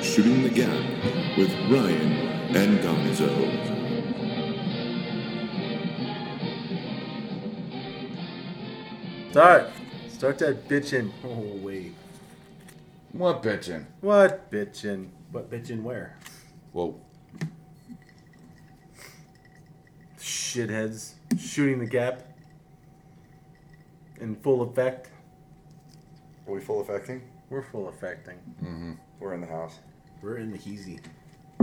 Shooting the Gap with Ryan and Gonzo. Start. Start that bitchin'. Oh wait. What bitching? What bitchin'? What bitch and where? Whoa. Shitheads. Shooting the gap. In full effect. Are we full effecting? We're full effecting. We're in the house. We're in the heezy.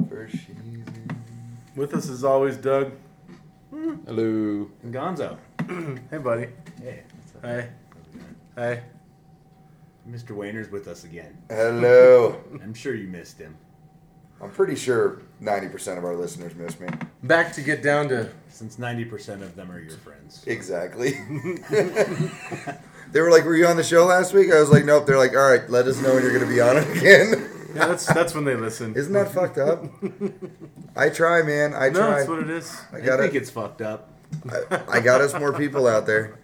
First she's in. With us as always, Doug. Hello. And Gonzo. Hey, buddy. Hey, what's up? Hey. Hey. Mr. Wayner's with us again. Hello. I'm sure you missed him. I'm pretty sure 90% of our listeners miss me. Back to get down to. Since 90% of them are your friends. Exactly. they were like, Were you on the show last week? I was like, Nope. They're like, All right, let us know when you're going to be on again. Yeah, that's that's when they listen. Isn't that fucked up? I try, man. I no, try. that's what it is. I I got think it. it's fucked up. I, I got us more people out there.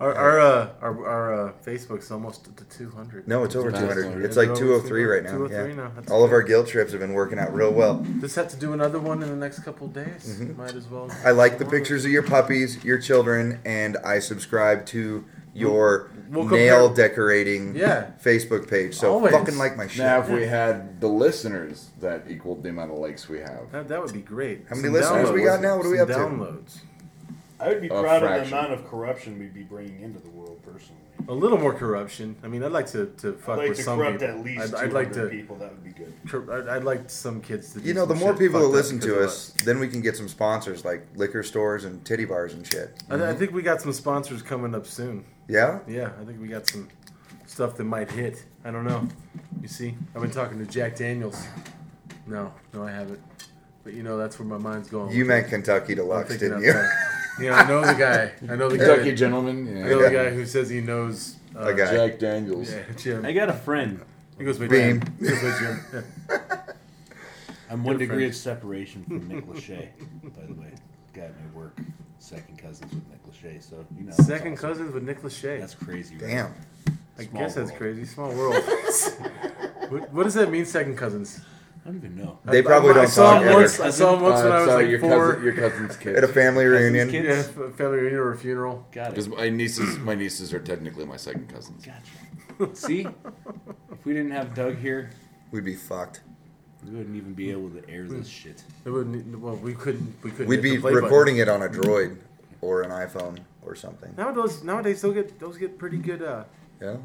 Our our uh, our, our uh, Facebook's almost to 200. No, it's over Nice. 200. It's Yeah, like it's over 203 right now. 203 yeah. now. That's All of good. our guild trips have been working out real well. Just have to do another one in the next couple of days. Might as well. Mm-hmm. I like the pictures of your puppies, your children, and I subscribe to your We'll compare- nail decorating Yeah. Facebook page. So Always. fucking like my shit. Now, if we had the listeners, that equaled the amount of likes we have. That, that would be great. How many listeners we got now? What are we some up to? Downloads. I would be A proud of fraction. the amount of corruption we'd be bringing into the world personally. A little more corruption. I mean, I'd like to, to fuck I'd like with to some corrupt people. at least I'd, 200 I'd like to. people. That would be good. cor- I'd, I'd like some kids to. Do you know, the some more shit people that fucked up listen because to of us, then we can get some sponsors like liquor stores and titty bars and shit. I, I think we got some sponsors coming up soon. Yeah? Yeah, I think we got some stuff that might hit. I don't know. You see, I've been talking to Jack Daniels. No, no, I haven't. But you know, that's where my mind's going. You meant Kentucky I'm Deluxe, thinking didn't you? outside. Yeah, I know the guy. I know the guy. Kentucky that- gentleman. I Yeah. know the guy who says he knows. Uh, A guy. Jack Daniels. Yeah, Jim. I got a friend. He goes by Beam. Jim. He goes by Jim. Yeah. I'm one Your degree friend. of separation from Nick Lachey, by the way. Guy at my work. Second cousins with Nick Lachey, so you know. it's Second awesome. cousins with Nick Lachey. That's crazy, right? Damn. I Small guess that's world. crazy. Small world. what, what does that mean, second cousins? I don't even know. They probably I, I don't saw talk him ever. once. I saw him once Uh, when I was so like your four. cousin, your cousin's At a kid. family Cousins reunion. kid? yeah, f- family reunion or a funeral. Got it. Because my nieces, my nieces are technically my second cousins. Gotcha. See? If we didn't have Doug here, We'd be fucked. we wouldn't even be able to air this shit. It wouldn't. e, Well, we couldn't. We couldn't. We'd hit be the play button. recording it on a droid or an iPhone or something. Nowadays, nowadays they'll get those get pretty good. Uh, Yeah?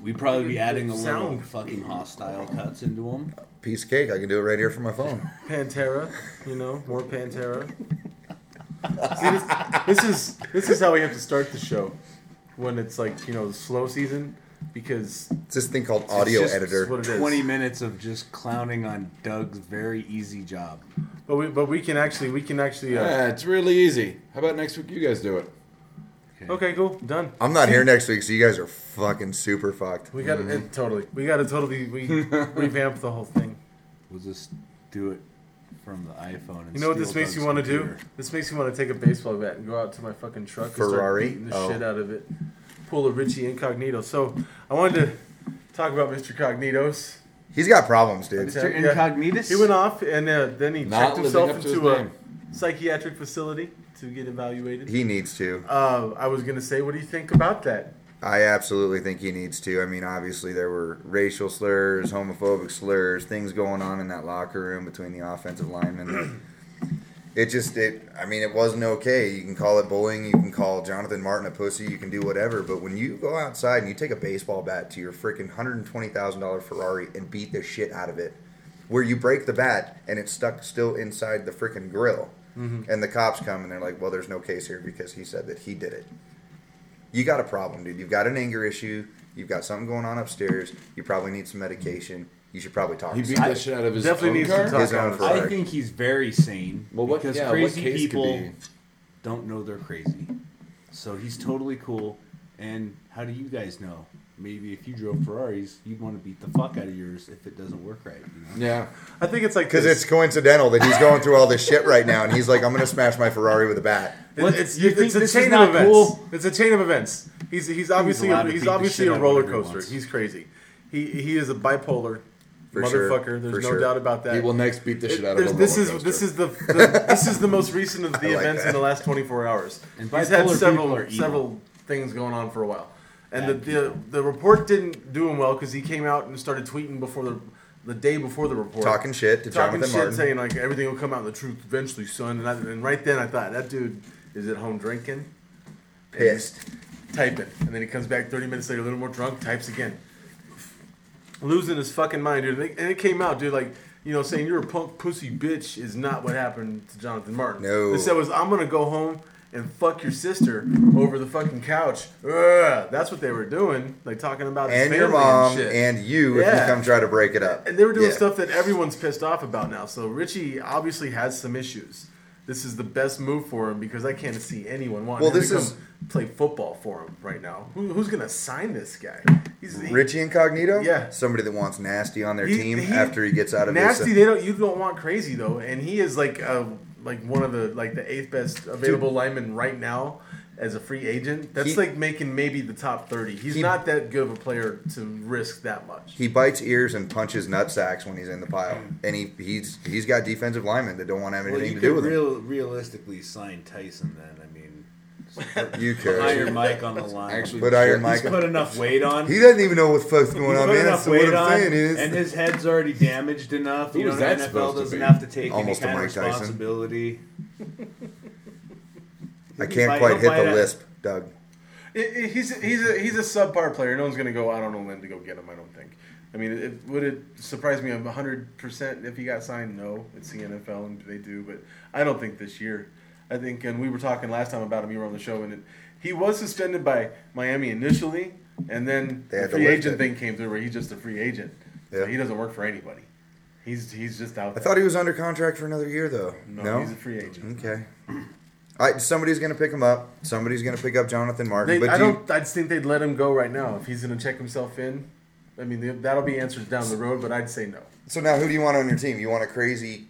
We'd probably be adding a little Sound. fucking hostile cuts into them. Piece of cake. I can do it right here from my phone. Pantera, you know, more Pantera. See, this, this is this is how we have to start the show when it's like you know the slow season because It's this thing called audio just editor. what it is. 20 minutes of just clowning on Doug's very easy job. But we but we can actually we can actually. Uh, Yeah, it's really easy. How about next week you guys do it? okay, cool, done. I'm not here next week, so you guys are fucking super fucked. We got to it totally. We got to totally we revamp the whole thing. We'll just do it from the iPhone. And You know what steal this makes Doug's you want to do? computer. This makes me want to take a baseball bat and go out to my fucking truck and start Ferrari? beating the Oh. shit out of it. Pull a Richie Incognito. So I wanted to talk about Mr. Cognitos. He's got problems, dude. Yeah, Mr. yeah. Incognitus? He went off and uh, then he Not checked living himself up to into his a name. psychiatric facility to get evaluated. He needs to. Uh, I was gonna say, what do you think about that? I absolutely think he needs to. I mean, obviously there were racial slurs, homophobic slurs, things going on in that locker room between the offensive linemen. it just it I mean, it wasn't okay. You can call it bullying, you can call Jonathan Martin a pussy, you can do whatever, but when you go outside and you take a baseball bat to your freaking $120,000 Ferrari and beat the shit out of it, where you break the bat and it's stuck still inside the freaking grill. And the cops come and they're like, "Well, there's no case here because he said that he did it." you got a problem, dude. You've got an anger issue. You've got something going on upstairs. You probably need some medication. You should probably talk He to beat somebody. the shit out of his Definitely own needs car? to talk His own on it. Ferrari. I think he's very sane. Well, what? because yeah, what crazy case people could be? don't know they're crazy. So he's totally cool. And how do you guys know? Maybe if you drove Ferraris, you'd want to beat the fuck out of yours if it doesn't work right. You know? Yeah. I think it's like Because this. it's coincidental that he's going through all this shit right now, and he's like, "I'm gonna smash my Ferrari with a bat." It- What? it's, You it's think a this is chain of not events. cool? It's a chain of events. He's he's obviously allowed to he's beat the obviously shit a out of roller whatever he coaster. wants. He's crazy. He he is a bipolar For sure. motherfucker. There's no For sure. doubt about that. He will next beat the It- shit out of there's- a this roller is this coaster. is the, the this is the most recent of the like events in that. the last 24 hours. And He's had bipolar several people are evil. several things going on for a while, and the, Bad the the report didn't do him well because he came out and started tweeting before the the day before the report, Talking shit to talking Jonathan shit, Martin. saying like everything will come out in the truth eventually, son. And, I, and right then I thought that dude is at home drinking, pissed. typing, and then he comes back 30 minutes later, a little more drunk, types again, losing his fucking mind, dude. And it, and it came out, dude, like. You know, saying you're a punk pussy bitch is not what happened to Jonathan Martin. No. They said was I'm gonna go home and fuck your sister over the fucking couch. Ugh, that's what they were doing, like talking about his And your family mom shit. and you, if Yeah. you come try to break it up. And they were doing Yeah. stuff that everyone's pissed off about now. So Richie obviously has some issues. This is the best move for him because I can't see anyone wanting Well, him this to come is- play football for him right now. Who, who's gonna sign this guy? He's he- Richie Incognito? Yeah. Somebody that wants nasty on their he- team he- after he gets out of nasty. his. uh, they don't. You don't want crazy though, and he is like uh like one of the like the eighth best available lineman right now as a free agent. That's He- like making maybe the top thirty. He's He- not that good of a player to risk that much. He bites ears and punches nut sacks when he's in the pile. And he, he's he's got defensive linemen that don't want to have Well, anything you to do could with him. real, realistically sign Tyson then. I mean, You could. Iron Mike on the line. Actually, But Iron Mike, he's put enough weight on. he doesn't even know what the fuck's going He's on, put man. enough So what weight I'm on, saying is, and his head's already damaged enough. You Who know, is the that NFL supposed to doesn't be? have to take Almost a any kind of Mike Tyson. responsibility. I He'll can't bite- quite he'll hit bite the at- lisp, Doug. It, it, he's he's a he's a subpar player. No one's gonna go out on a limb to go get him. I don't think. I mean, it, would it surprise me hundred percent if he got signed? No, it's the NFL and they do, but I don't think this year. I think, and we were talking last time about him. You were on the show, and it, he was suspended by Miami initially, and then They the had to free lift agent it. thing came through where he's just a free agent. Yeah. So he doesn't work for anybody. He's he's just out. I there. thought he was under contract for another year, though. No, no, he's a free agent. okay. I, somebody's going to pick him up. Somebody's going to pick up Jonathan Martin. They, but I do you- don't. I just think they'd let him go right now if he's going to check himself in. I mean, th- that'll be answers down the road, but I'd say no. so now, who do you want on your team? You want a crazy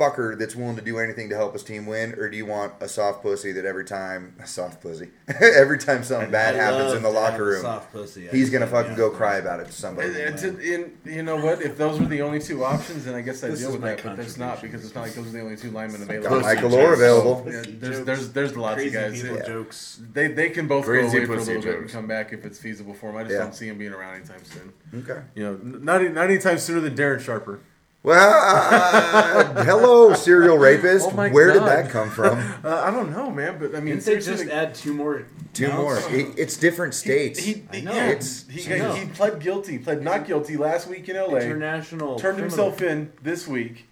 fucker that's willing to do anything to help his team win, or do you want a soft pussy that every time a soft pussy every time something bad I happens love in the to have locker a room, soft pussy. I he's just going to can't fucking be go honest with cry you. about it to somebody. And, and to- and you know what? If those were the only two options, then I guess I This deal is with my that. But that's not because it's not like those are the only two linemen available. Got Yeah, Michael Orr available. Pussy there's jokes. there's there's lots Crazy of guys. people that- jokes. They they can both go Crazy away for a pussy little bit and jokes. come back if it's feasible for them. I just Yeah. don't see him being around anytime soon. Okay. You know, n- not e, not anytime sooner than Darren Sharper. Well, uh, hello, serial rapist. Oh my Where did God. that come from? Uh, I don't know, man, but I mean, Didn't they seriously, just like- add two more? Two more. counts? It- it's different states. He, I he, know. yeah, It's- he, I know. he pled guilty, pled not guilty last week in LA. International. Turned criminal. himself in this week.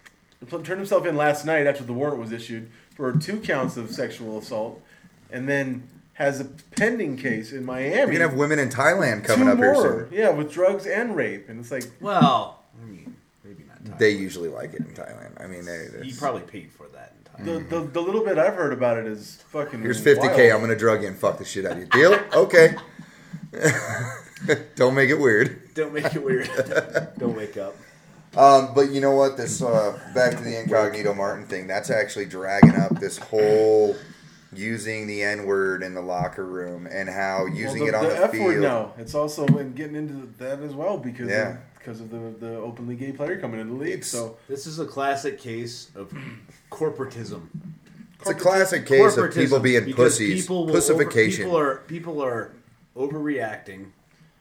pl- Turned himself in last night after the warrant was issued for two counts of sexual assault, and then has a pending case in Miami. We're gonna have women in Thailand coming two up here more, soon. yeah, with drugs and rape, and it's like Well, I mean, maybe not. Tyler. They usually like it in Thailand. I mean, they, He that's- probably paid for that. In the, time. the, the little bit I've heard about it is fucking. Hmm. here's fifty k. wild. I'm gonna drug you and fuck the shit out of you. Deal? Okay. Don't make it weird. Don't make it weird. Don't wake up. Um, but you know what? This uh, back to the incognito Martin thing. That's actually dragging up this whole using the n word in the locker room and how using Well, it on the, F field. word now. It's also and getting into that as well because Yeah. of, because of the the openly gay player coming into the league. It's- so This is a classic case of corporatism. It's a classic case of Corporatism, people being because pussies. will Pussification. Over, people are people are overreacting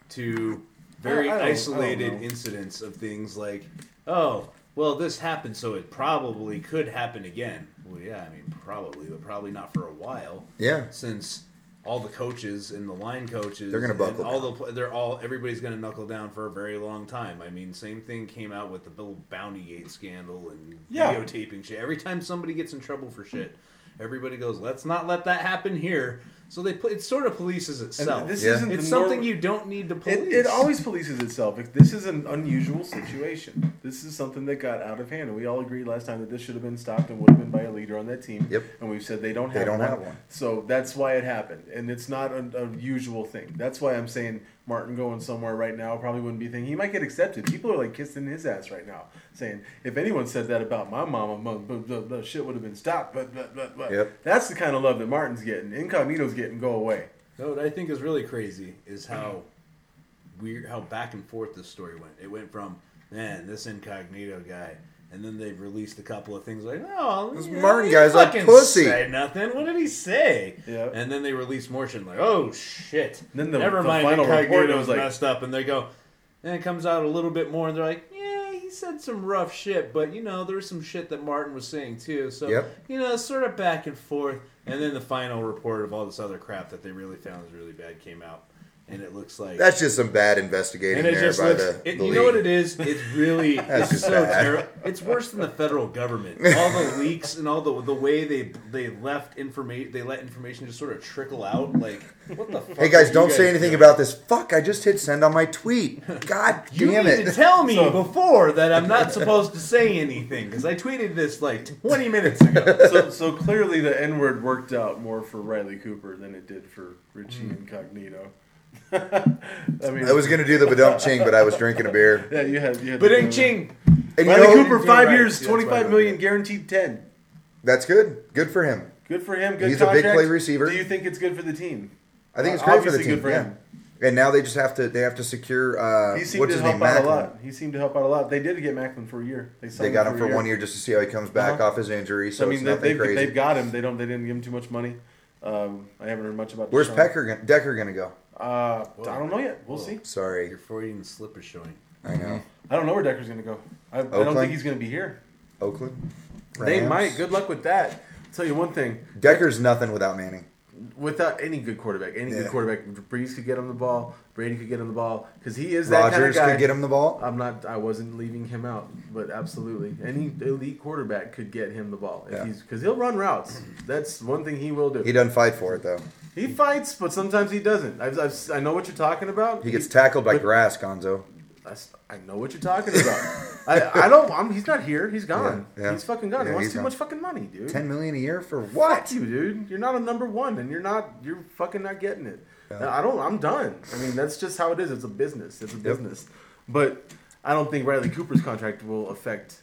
to very I- I don't- I don't isolated know. incidents of things like, oh, well, this happened, so it probably could happen again. Well, yeah, I mean, probably, but probably not for a while. Yeah. since all the coaches and the line coaches, They're gonna and buckle All the they're all everybody's gonna knuckle down for a very long time. I mean, same thing came out with the Bill Bounty Gate scandal and Yeah. videotaping shit. Every time somebody gets in trouble for shit, everybody goes, "Let's not let that happen here." So they pl- it sort of polices itself. this Yeah. isn't it's the something norm- you don't need to police. It, it always polices itself. If This is an unusual situation. This is something that got out of hand, and we all agreed last time that this should have been stopped and would have been by a leader on that team. Yep. And we've said they don't have They don't one. have one. So that's why it happened, and it's not an unusual thing. That's why I'm saying Martin going somewhere right now probably wouldn't be a thing. He might get accepted. People are like kissing his ass right now, saying if anyone said that about my mama, mu- bu- bu- bu- shit would have been stopped. But but but but Yep. that's the kind of love that Martin's getting. Incognito's getting. Go away. No, what I think is really crazy is how weird, how back and forth this story went. It went from man, this incognito guy. And then they've released a couple of things like, oh, This you know, Martin he guy's a fucking pussy." Say nothing. What did he say? Yeah. And then they release more shit. and Like, oh shit. Then the- never the mind. final report Incognito's was like- messed up, and they go. And it comes out a little bit more, and they're like, yeah, he said some rough shit, but you know, there was some shit that Martin was saying too. So Yep. you know, sort of back and forth. And then the final report of all this other crap that they really found was really bad came out, and it looks like That's just some bad investigating and it there just by looks. the, it, the you know what league. it is? It's really. That's it's just so bad. terrible. It's worse than the federal government. All the leaks and all the the way they they left information. They let information just sort of trickle out. Like what the fuck? Hey guys, are don't you say anything doing? about this. Fuck! I just hit send on my tweet. God You damn need it! to tell me So- before that I'm not supposed to say anything because I tweeted this like 20 minutes ago. so, so clearly the N word worked out more for Riley Cooper than it did for Richie Incognito. I mean, I Mm. was gonna do the badump ching, but I was drinking a beer. yeah, you had, you had But the- in Ching, And you Riley know, Cooper, You're five right. years, Yeah, twenty that's five right. million, guaranteed ten. that's good. Good for him. Good for him. Good He's a big contract. play receiver. Do you think it's good for the team? I think it's Uh, great for the obviously team. good for yeah. him. And now they just have to they have to secure uh, He what's seemed his to help name out Macklin. a lot. He seemed to help out a lot. They did get Macklin for a year. They, signed They got him for one year just to see how he comes back Uh-huh. off his injury. So I mean, it's they, nothing they've, crazy. they've got him. They don't. They didn't give him too much money. Um, I haven't heard much about. Where's Deshaun. Pecker gonna, Decker going to go? Uh, I don't know yet. We'll see. Sorry, your Freudian slip is showing. I know I don't know where Decker's going to go. I, I don't Oakland? think he's going to be here. Oakland. They Rams? might. Good luck with that. I'll tell you one thing. Decker's nothing without Manning. Without any good quarterback, any Yeah. good quarterback, Breeze could get him the ball. Brady could get him the ball because he is that kind of Rogers guy. could get him the ball. I'm not. I wasn't leaving him out, but absolutely, any elite quarterback could get him the ball if Yeah. he's because he'll run routes. That's one thing he will do. He He, doesn't fight for it though. fights, but sometimes he doesn't. I've, I've, I know what you're talking about. He gets tackled by but- grass, Gonzo. I, s- I know what you're talking about. I, I don't. I'm, he's not here. He's gone. Yeah, yeah. He's fucking gone. Yeah, he wants he's too gone. much fucking money, dude. Ten million a year for what? Fuck you, dude. You're not a number one, and you're not. You're fucking not getting it. I don't. I'm done. I mean, that's just how it is. It's a business. It's a business. But I don't think Riley Cooper's contract will affect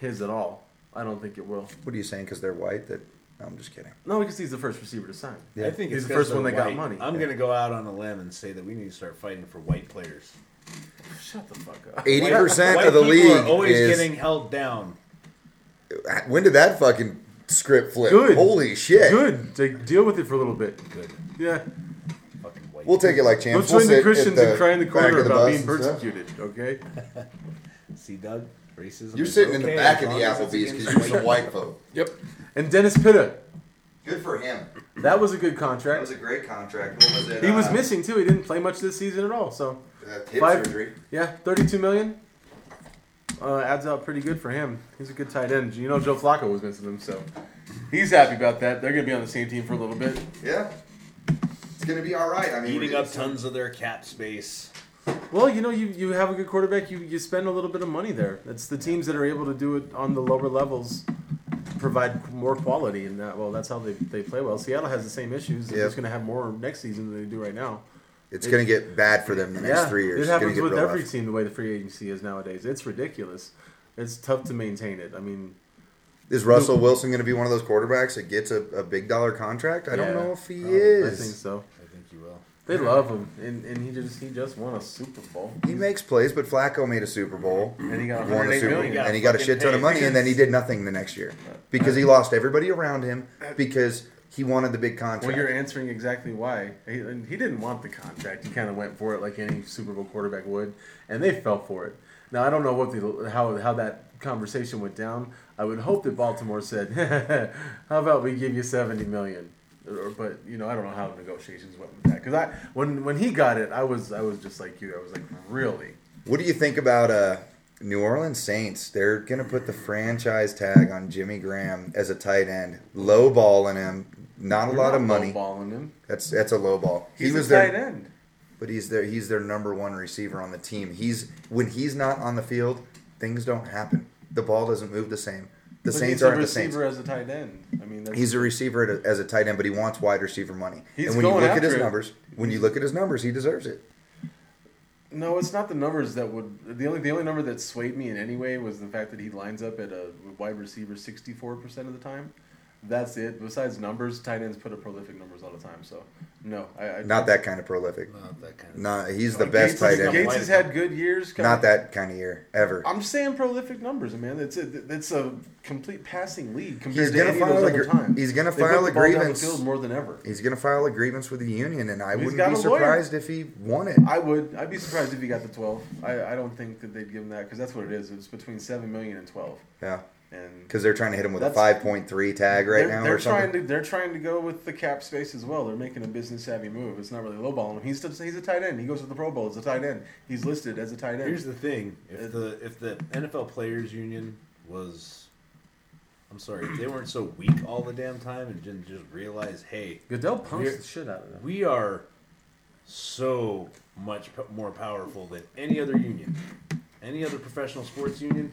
his at all. I don't think it will. What are you saying? Because they're white? That no, I'm just kidding. No, because he's the first receiver to sign. Yeah. I think He's it's the 'cause first one they're that got white. money. I'm gonna go out on a limb and say that we need to start fighting for white players. Shut the fuck up. Eighty White percent of the people league are always is. getting held down. When did that fucking script flip? Good. Holy shit! Good. To deal with it for a little bit. Good Yeah. fucking white. We'll take it like Go champs. We'll join sit the at Christians and cry in the back corner of the about bus being and stuff. persecuted. Okay. see Doug racism. You're is sitting in okay the back as of the long as it's Applebee's because against you're some white white folk. Yep. And Dennis Pitta. Good for him. That was a good That contract. was a great contract. What was it? He was uh, missing too. He didn't play much this season at all. So uh, hip Five- surgery. yeah, thirty-two million uh, adds out pretty good for him. He's a good tight end. You know, Joe Flacco was missing him, so he's happy about that. They're gonna be on the same team for a little bit. Yeah. It's gonna be all right. I mean, Eating we're- up tons of their cap space. Well, you know, you, you have a good quarterback. You you spend a little bit of money there. It's the teams that are able to do it on the lower levels provide more quality, and that well, that's how they, they play well. Seattle has the same issues. They're Yep. just gonna have more next season than they do right now. It's gonna get bad for them the next three years. It It's gonna happens get with real every rough. team the way the free agency is nowadays. It's ridiculous. It's tough to maintain it. I mean, Is Russell Wilson gonna be one of those quarterbacks that gets a, a big dollar contract? I yeah. don't know if he I don't- is. I think so. I think you will. They love him, and, and he just he just won a Super Bowl. He makes plays, but Flacco made a Super Bowl, And he got won a 108 Super Bowl, million. and he got a shit ton of money, and then he did nothing the next year because he lost everybody around him because he wanted the big Well, you're contract. answering exactly why. He, and he didn't want the contract. He kind of went for it like any Super Bowl quarterback would, and they fell for it. Now I don't know what the how how that conversation went down. I would hope that Baltimore said, "How about we give you seventy million? Or, but you know I don't know how the negotiations went with that because I when when he got it I was I was just like you I was like really What do you think about uh, New Orleans Saints? They're gonna put the franchise tag on Jimmy Graham as a tight end, low balling him, not a lot of money. balling him. That's that's a low ball. He's he was a tight their, end. but he's their he's their number one receiver on the team. He's when he's not on the field, things don't happen. The ball doesn't move the same. The But Saints he's a aren't the Saints. receiver as a tight end. I mean that's, He's a receiver at a, as a tight end, but he wants wide receiver money. He's and when you going look at after his it. numbers, when you look at his numbers, he deserves it. No, it's not the numbers that would. The only the only number that swayed me in any way was the fact that he lines up at a wide receiver sixty four percent of the time. That's it. Besides numbers, tight ends put up prolific numbers all the time. So no, I, I Not that kind of prolific. Not that kind of. Not he's the Like, best Gates tight has- Gates end. has had good years. Come Not on. that kind of year ever. I'm saying prolific numbers, man. It's a it's a complete passing league compared He's to gonna any of file those a other gr- times. he's gonna They put file the a ball down the grievance. field more than ever. He's gonna file a grievance with the union, and I He's wouldn't got be a lawyer. surprised if he won it. I would. I'd be surprised if he got the 12. I, I don't think that they'd give him that because that's what it is. It's between seven million and 12. Yeah, And because they're trying to hit him with a That's- five point three tag right they're, now they're or trying something. to they're trying to go with the cap space as well. They're making a business savvy move. It's not really lowballing him. He's just, he's a tight end. He goes to the Pro Bowl as a tight end. He's listed as a tight end. Here's the thing: if the if the NFL Players Union was, I'm sorry, if they weren't so weak all the damn time and didn't just realize, hey, Goodell punks Here- the shit out of them. we are so much p- more powerful than any other union, any other professional sports union.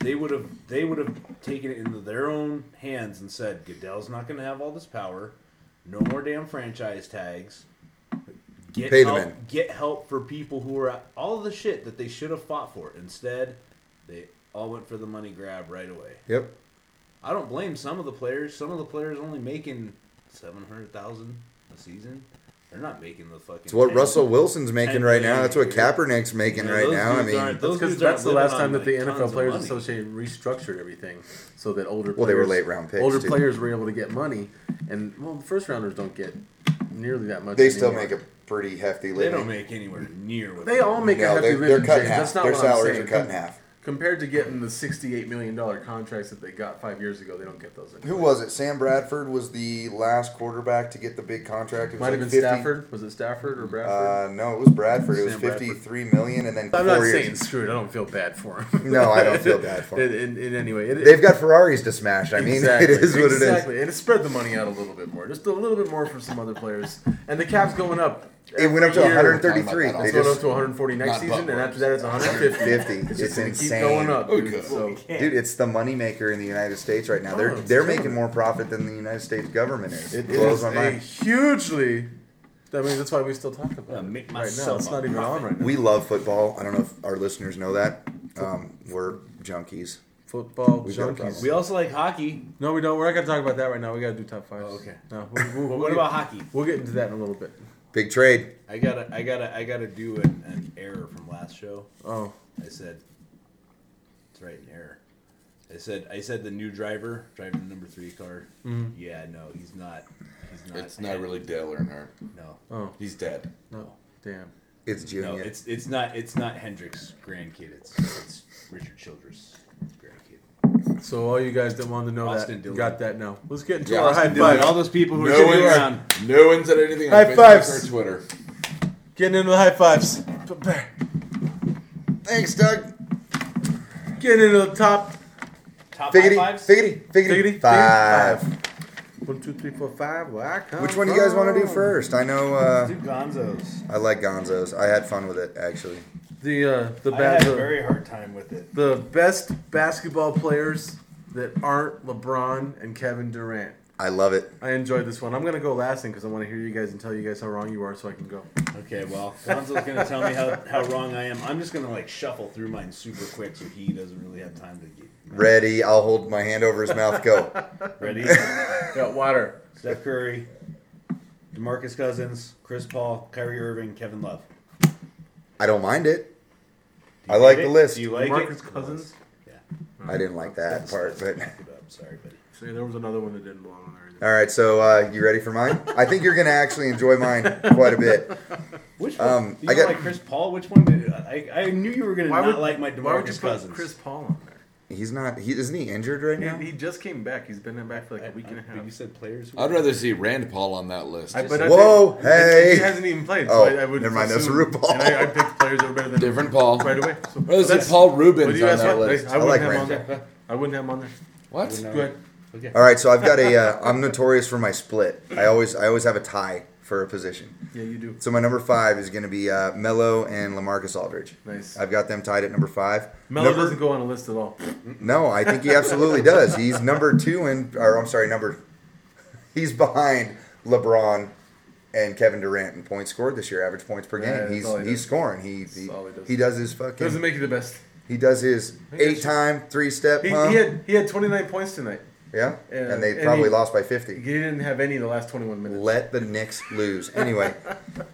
They would have they would have taken it into their own hands and said, Goodell's not going to have all this power. No more damn franchise tags. Get Pay the help, man. get help for people who are at all the shit that they should have fought for. Instead, they all went for the money grab right away. Yep. I don't blame some of the players. Some of the players only making seven hundred thousand a season. They're not making the fucking. It's what 10. Russell Wilson's making right now. million That's what a year. Kaepernick's making Yeah, right those now. I dudes mean, aren't- That's those because dudes that's aren't the last living time on, that the like, tons NFL of Players money. Association restructured everything so that older Well, they were players- late-round picks, older too. players were able to get money, and well, the first rounders don't get nearly that much. they still anymore. make a pretty hefty They living. don't make anywhere near. What They all make a no, hefty they're, living. they're cut in James. half. That's not Their what I'm salaries saying. are cut in half. Compared to getting the sixty-eight million dollar contracts that they got five years ago, they don't get those. Anymore. Who was it? Sam Bradford was the last quarterback to get the big contract. It was Might have been like 50 Stafford. Was it Stafford or Bradford? Uh, no, it was Bradford. It was Sam Bradford. fifty-three million, and then I'm Uh, four not years. saying screwed. I don't feel bad for him. No, I don't feel bad for 'em. in, in, in any way, it, They've got Ferraris to smash. I mean, it is what it exactly. And it spread the money out a little bit more, just a little bit more for some other players. And the cap's going up. is. It went up every to one year. hundred thirty-three. It's They It's going up just to 140 next Not season, and butt after that it's 150. fifty. It's, just gonna insane. Keep going up, Oh, dude. good. So Dude, it's the moneymaker in the United States right now. They're Oh, it's they're government. making more profit than the United States government is. It it blows is my a mind. hugely. I mean, that's why we still talk about Yeah, it make right now. myself It's a not even on right now. We love football. I don't know if our listeners know that. Um, we're junkies. Football We've got a junkies. We also like hockey. No, we don't. We're not gonna talk about that right now. We gotta do top five. Oh, okay. No. we- we- we'll But what get- about hockey? We'll get into that in a little bit. Big trade. I gotta, I gotta, I gotta do an, an error from last show. Oh, I said, it's right an error. I said, I said the new driver, driving the number three car. Mm-hmm. Yeah, no, he's not. He's not. It's not really Dale Earnhardt. No, oh, He's dead. no, damn. It's Junior. no, it's it's not. It's not Hendrick's grandkid. It's, it's Richard Childress' grandkid. So all you guys that wanted to know Austin that Dillon. got that now. Let's get into Yeah, our high Austin five. all those people who are No one, sitting around. no one said anything on Hmm. High Facebook fives. or Twitter. Getting into the high fives. Thanks, Doug. Getting into the top Top Figgity, high fives? figgity, Figgity, figgity, figgity, five. One, two, three, four, five. Where I come Which one do you guys want to do from. first? I know uh, Dude, Gonzo's. I like Gonzo's. I had fun with it actually. The uh, the I had bad a the, very hard time with it. the best basketball players that aren't LeBron and Kevin Durant. I love it. I enjoyed this one. I'm gonna go last thing because I want to hear you guys and tell you guys how wrong you are, so I can go. Okay, well, Gonzo's gonna tell me how, how wrong I am. I'm just gonna like shuffle through mine super quick so he doesn't really have time to get Ready? I'll hold my hand over his mouth. Go. ready. Got water. Steph Curry, Demarcus Cousins, Chris Paul, Kyrie Irving, Kevin Love. I don't mind it. Do I you like get the it? list. Do you like Marcus it? Cousins? Yeah. I didn't like that That's- part, that's but fucked it up. Sorry, buddy. See, there was another one that didn't belong on there. Either. all right. So uh, you ready for mine? I think you're gonna actually enjoy mine quite a bit. Which one? Um, you I I got- like Chris Paul. Which one? Did, I I knew you were gonna Why not would- like my Why would you Demarcus put Cousins. Chris Paul on there? He's not. He isn't he injured right now? He, he just came back. He's been in back for like a week and a But you half. said players. who- I'd rather see Rand Paul on that list. I, but I Whoa, think- hey. He hasn't even played. Oh, so I, I would never mind, that's assume- RuPaul. And I, I picked players that were better than Different Paul. right away. So I'd rather that's- see Paul Would Rubens you on ask that what? list. I wouldn't like have him on Randall. there. I wouldn't have him on there. What? Go ahead. All right. So I've got a. Uh, I'm notorious for my split. I always I always have a tie for a position. Yeah, you do. So my number five is gonna be uh, Mello and Lamarcus Aldridge. Nice. I've got them tied at number five. Melo number, doesn't go on a list at all. No, I think he absolutely does. He's number two in, or I'm sorry, number. He's behind LeBron and Kevin Durant in points scored this year, average points per game. Yeah, that's he's all he he's does. scoring. He he, That's all he does. he does his Doesn't fucking. make you the best. he does his He gets you. eight time three step He, pump. he had he had 29 points tonight. Yeah, And- and they and probably he- lost by fifty. He didn't have any in the last 21 minutes. Let the Knicks lose. Anyway,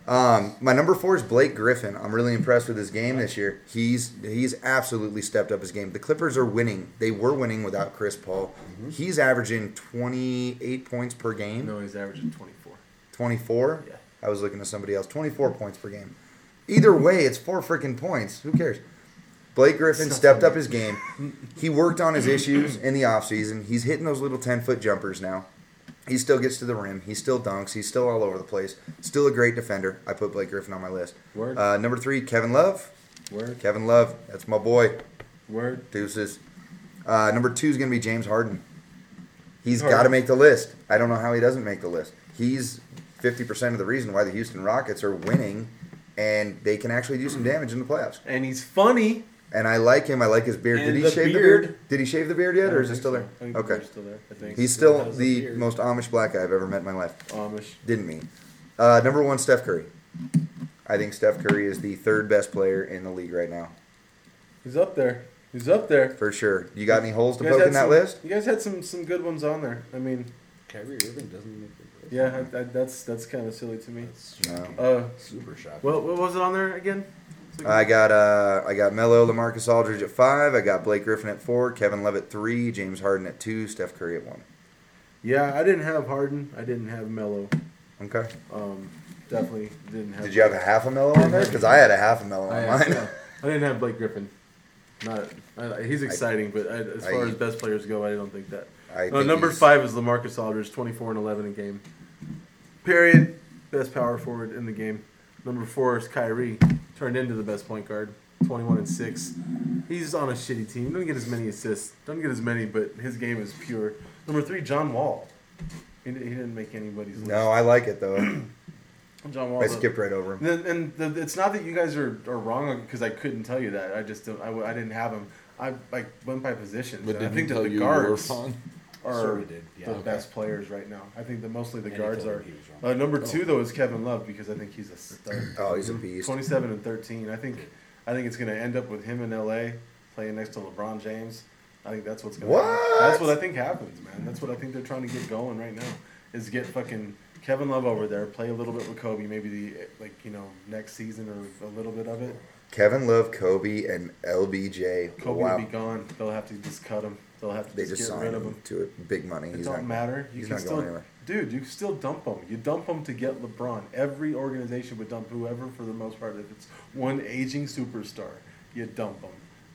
um, my number four is Blake Griffin. I'm really impressed with his game this year. He's he's absolutely stepped up his game. The Clippers are winning. They were winning without Chris Paul. He's averaging 28 points per game. No, he's averaging 24. 24. Yeah. I was looking at somebody else. 24 points per game. Either way, it's four freaking points. Who cares? Blake Griffin stepped up his game. He worked on his issues in the offseason. He's hitting those little 10 foot jumpers now. He still gets to the rim. He still dunks. He's still all over the place. Still a great defender. I put Blake Griffin on my list. Word. Uh, number three, Kevin Love. Word, Kevin Love. That's my boy. word. Deuces. Uh, number two is going to be James Harden. He's Harden. got to make the list. I don't know how he doesn't make the list. He's 50% of the reason why the Houston Rockets are winning, and they can actually do some damage in the playoffs. And he's funny. And I like him. I like his beard. And Did he the shave beard. the beard? Did he shave the beard yet, or is it still there? I think the Okay. beard's still there, I think. He's still has the the beard. most Amish black guy I've ever met in my life. Amish. Didn't mean. Uh, number one, Steph Curry. I think Steph Curry is the third best player in the league right now, He's up there. He's up there. for sure. You got any holes to You guys poke had in that some- list? You guys had some some good ones on there. I mean, Kyrie Irving doesn't make the list. yeah, I, I, that's that's kind of silly to me. That's No. shocking. Uh, super shocking. What, what was it on there again? I got uh, I got Melo, Lamarcus Aldridge at five. I got Blake Griffin at four, Kevin Love at three, James Harden at two, Steph Curry at one. yeah, I didn't have Harden. I didn't have Melo. Okay. Um, definitely didn't have. Did you have a half a Melo on there? Because I had a half a Melo I, on had- Oh, mine. yeah. I didn't have Blake Griffin. Not I, he's exciting, but I, as I- far as best players go, I don't think that. I No, think number he's- five is Lamarcus Aldridge, twenty-four and eleven a game. Period. Best power forward in the game. Number four is Kyrie, turned into the best point guard, twenty-one and six. He's on a shitty team. Doesn't get as many assists. Doesn't get as many, but his game is pure. Number three, John Wall. He, di- he didn't make anybody's list. No, I like it though. John Wall. I skipped right over him. And, and the, it's not that you guys are, are wrong because I couldn't tell you that. I just don't, I, w- I didn't have him. I like went by position. But I did think that he tell the you you were guards wrong? are Sorta did, yeah. the Okay. best players right now. I think that mostly the And he guards told are. me he was wrong. Uh, number two though is Kevin Love because I think he's a stud. Oh, he's a beast. Twenty-seven and thirteen. I think I think it's going to end up with him in L.A. playing next to LeBron James. I think that's what's going to happen. What? That's what I think happens, man. That's what I think they're trying to get going right now is get fucking Kevin Love over there, play a little bit with Kobe, maybe the like you know next season or a little bit of it. Kevin Love, Kobe, and LBJ. Kobe wow. will be gone. They'll have to just cut him. They'll have to they just, just get rid signed of him him. to it. Big money. It He's don't not. matter. You he's can not still, going anywhere. dude. You can still dump them. You dump them to get LeBron. Every organization would dump whoever for the most part. If it's one aging superstar, you dump them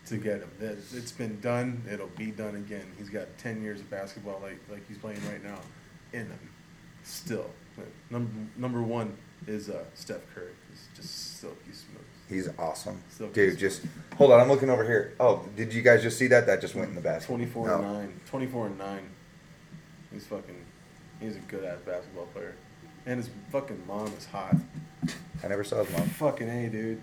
to get him. That it's been done. It'll be done again. He's got ten years of basketball like like he's playing right now in him. Still, number number one is uh, Steph Curry. He's just silky smooth. He's awesome, So- dude. Just hold on. I'm looking over here. Oh, did you guys just see that? That just went in the basket. 24 No. and 9. 24 and 9. He's fucking. He's a good ass basketball player. And his fucking mom is hot. I never saw his mom. Fucking A, dude.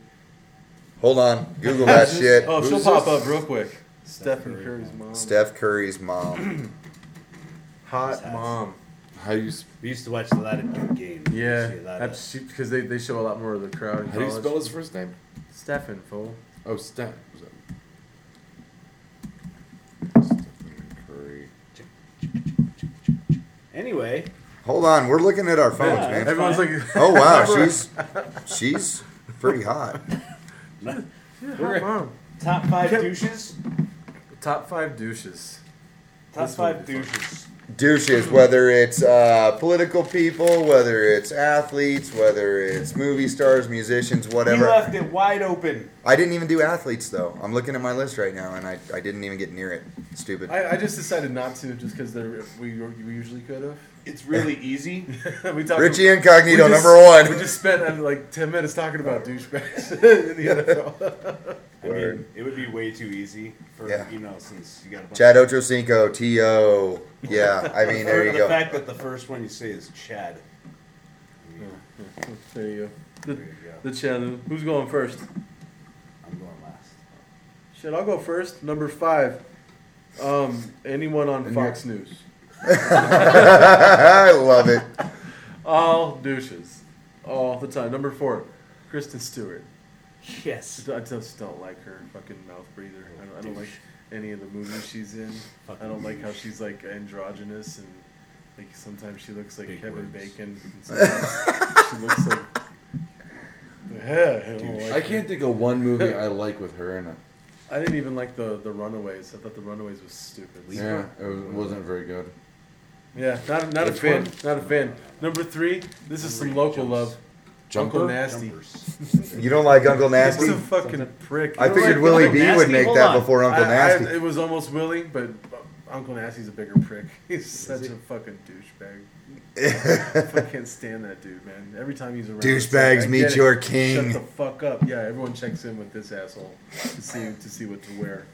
Hold on. Google that shit. Oh, she'll pop up real quick. Stephen Curry. Curry's mom. Steph Curry's mom. Hot Sad. mom. How do you sp- We used to watch a lot of Duke games. We Yeah, used to see a lot of- that's because they, they show a lot more of the crowd in how do you college. spell his first name? Stefan fool. Oh, Steph. Stephen Curry. Anyway, Hold on, we're looking at our phones, Yeah. man. Everyone's like, Oh wow, she's she's pretty hot. we're hot mom. top five douches. Top five douches. Top five douches. Douches, whether it's uh, political people, whether it's athletes, whether it's movie stars, musicians, He whatever. left it wide open. I didn't even do athletes though. I'm looking at my list right now, and I, I didn't even get near it. Stupid. I, I just decided not to just because we, we usually could have. It's really easy. we talked Richie we Incognito, just- number We one. just spent uh, like 10 minutes talking about douchebags in the NFL. I mean, Word. it would be way too easy for Yeah. you know since you got a bunch Chad Ochocinco, T.O. Yeah, I mean there you the go. fact that the first one you say is Chad. I mean, There you go. There you go. The, the channel. Who's going first? I'm going last. Shit, I'll go first. Number five. Um, anyone on Fox News? I love it. All douches, all the time. Number four, Kristen Stewart. Yes. I just don't like her fucking mouth breather. I don't, I don't like. any of the movies she's in. I Fucking don't like how she's like androgynous and like sometimes she looks like Big Kevin words. Bacon. And sometimes she looks like. Yeah, I, don't like I can't think of one movie I like with her in it. I didn't even like the the Runaways. I thought the Runaways was stupid. Yeah, it was, wasn't very good. Yeah, not not a Which fan. one? Not a fan. Number three. This is some local love. Uncle Jumper. Nasty. You don't like Uncle He's Nasty? a fucking prick. I You know, figured like, Willie Uncle B would Nasty? make Hold that on. before Uncle I- I- Nasty. it was almost Willie, but Uncle Nasty's a bigger prick. He's such a fucking douchebag. I can't stand that dude, man. Every time he's around, it's like, Douchebags I meet get it. your king. Shut the fuck up. Yeah, everyone checks in with this asshole to see to see what to wear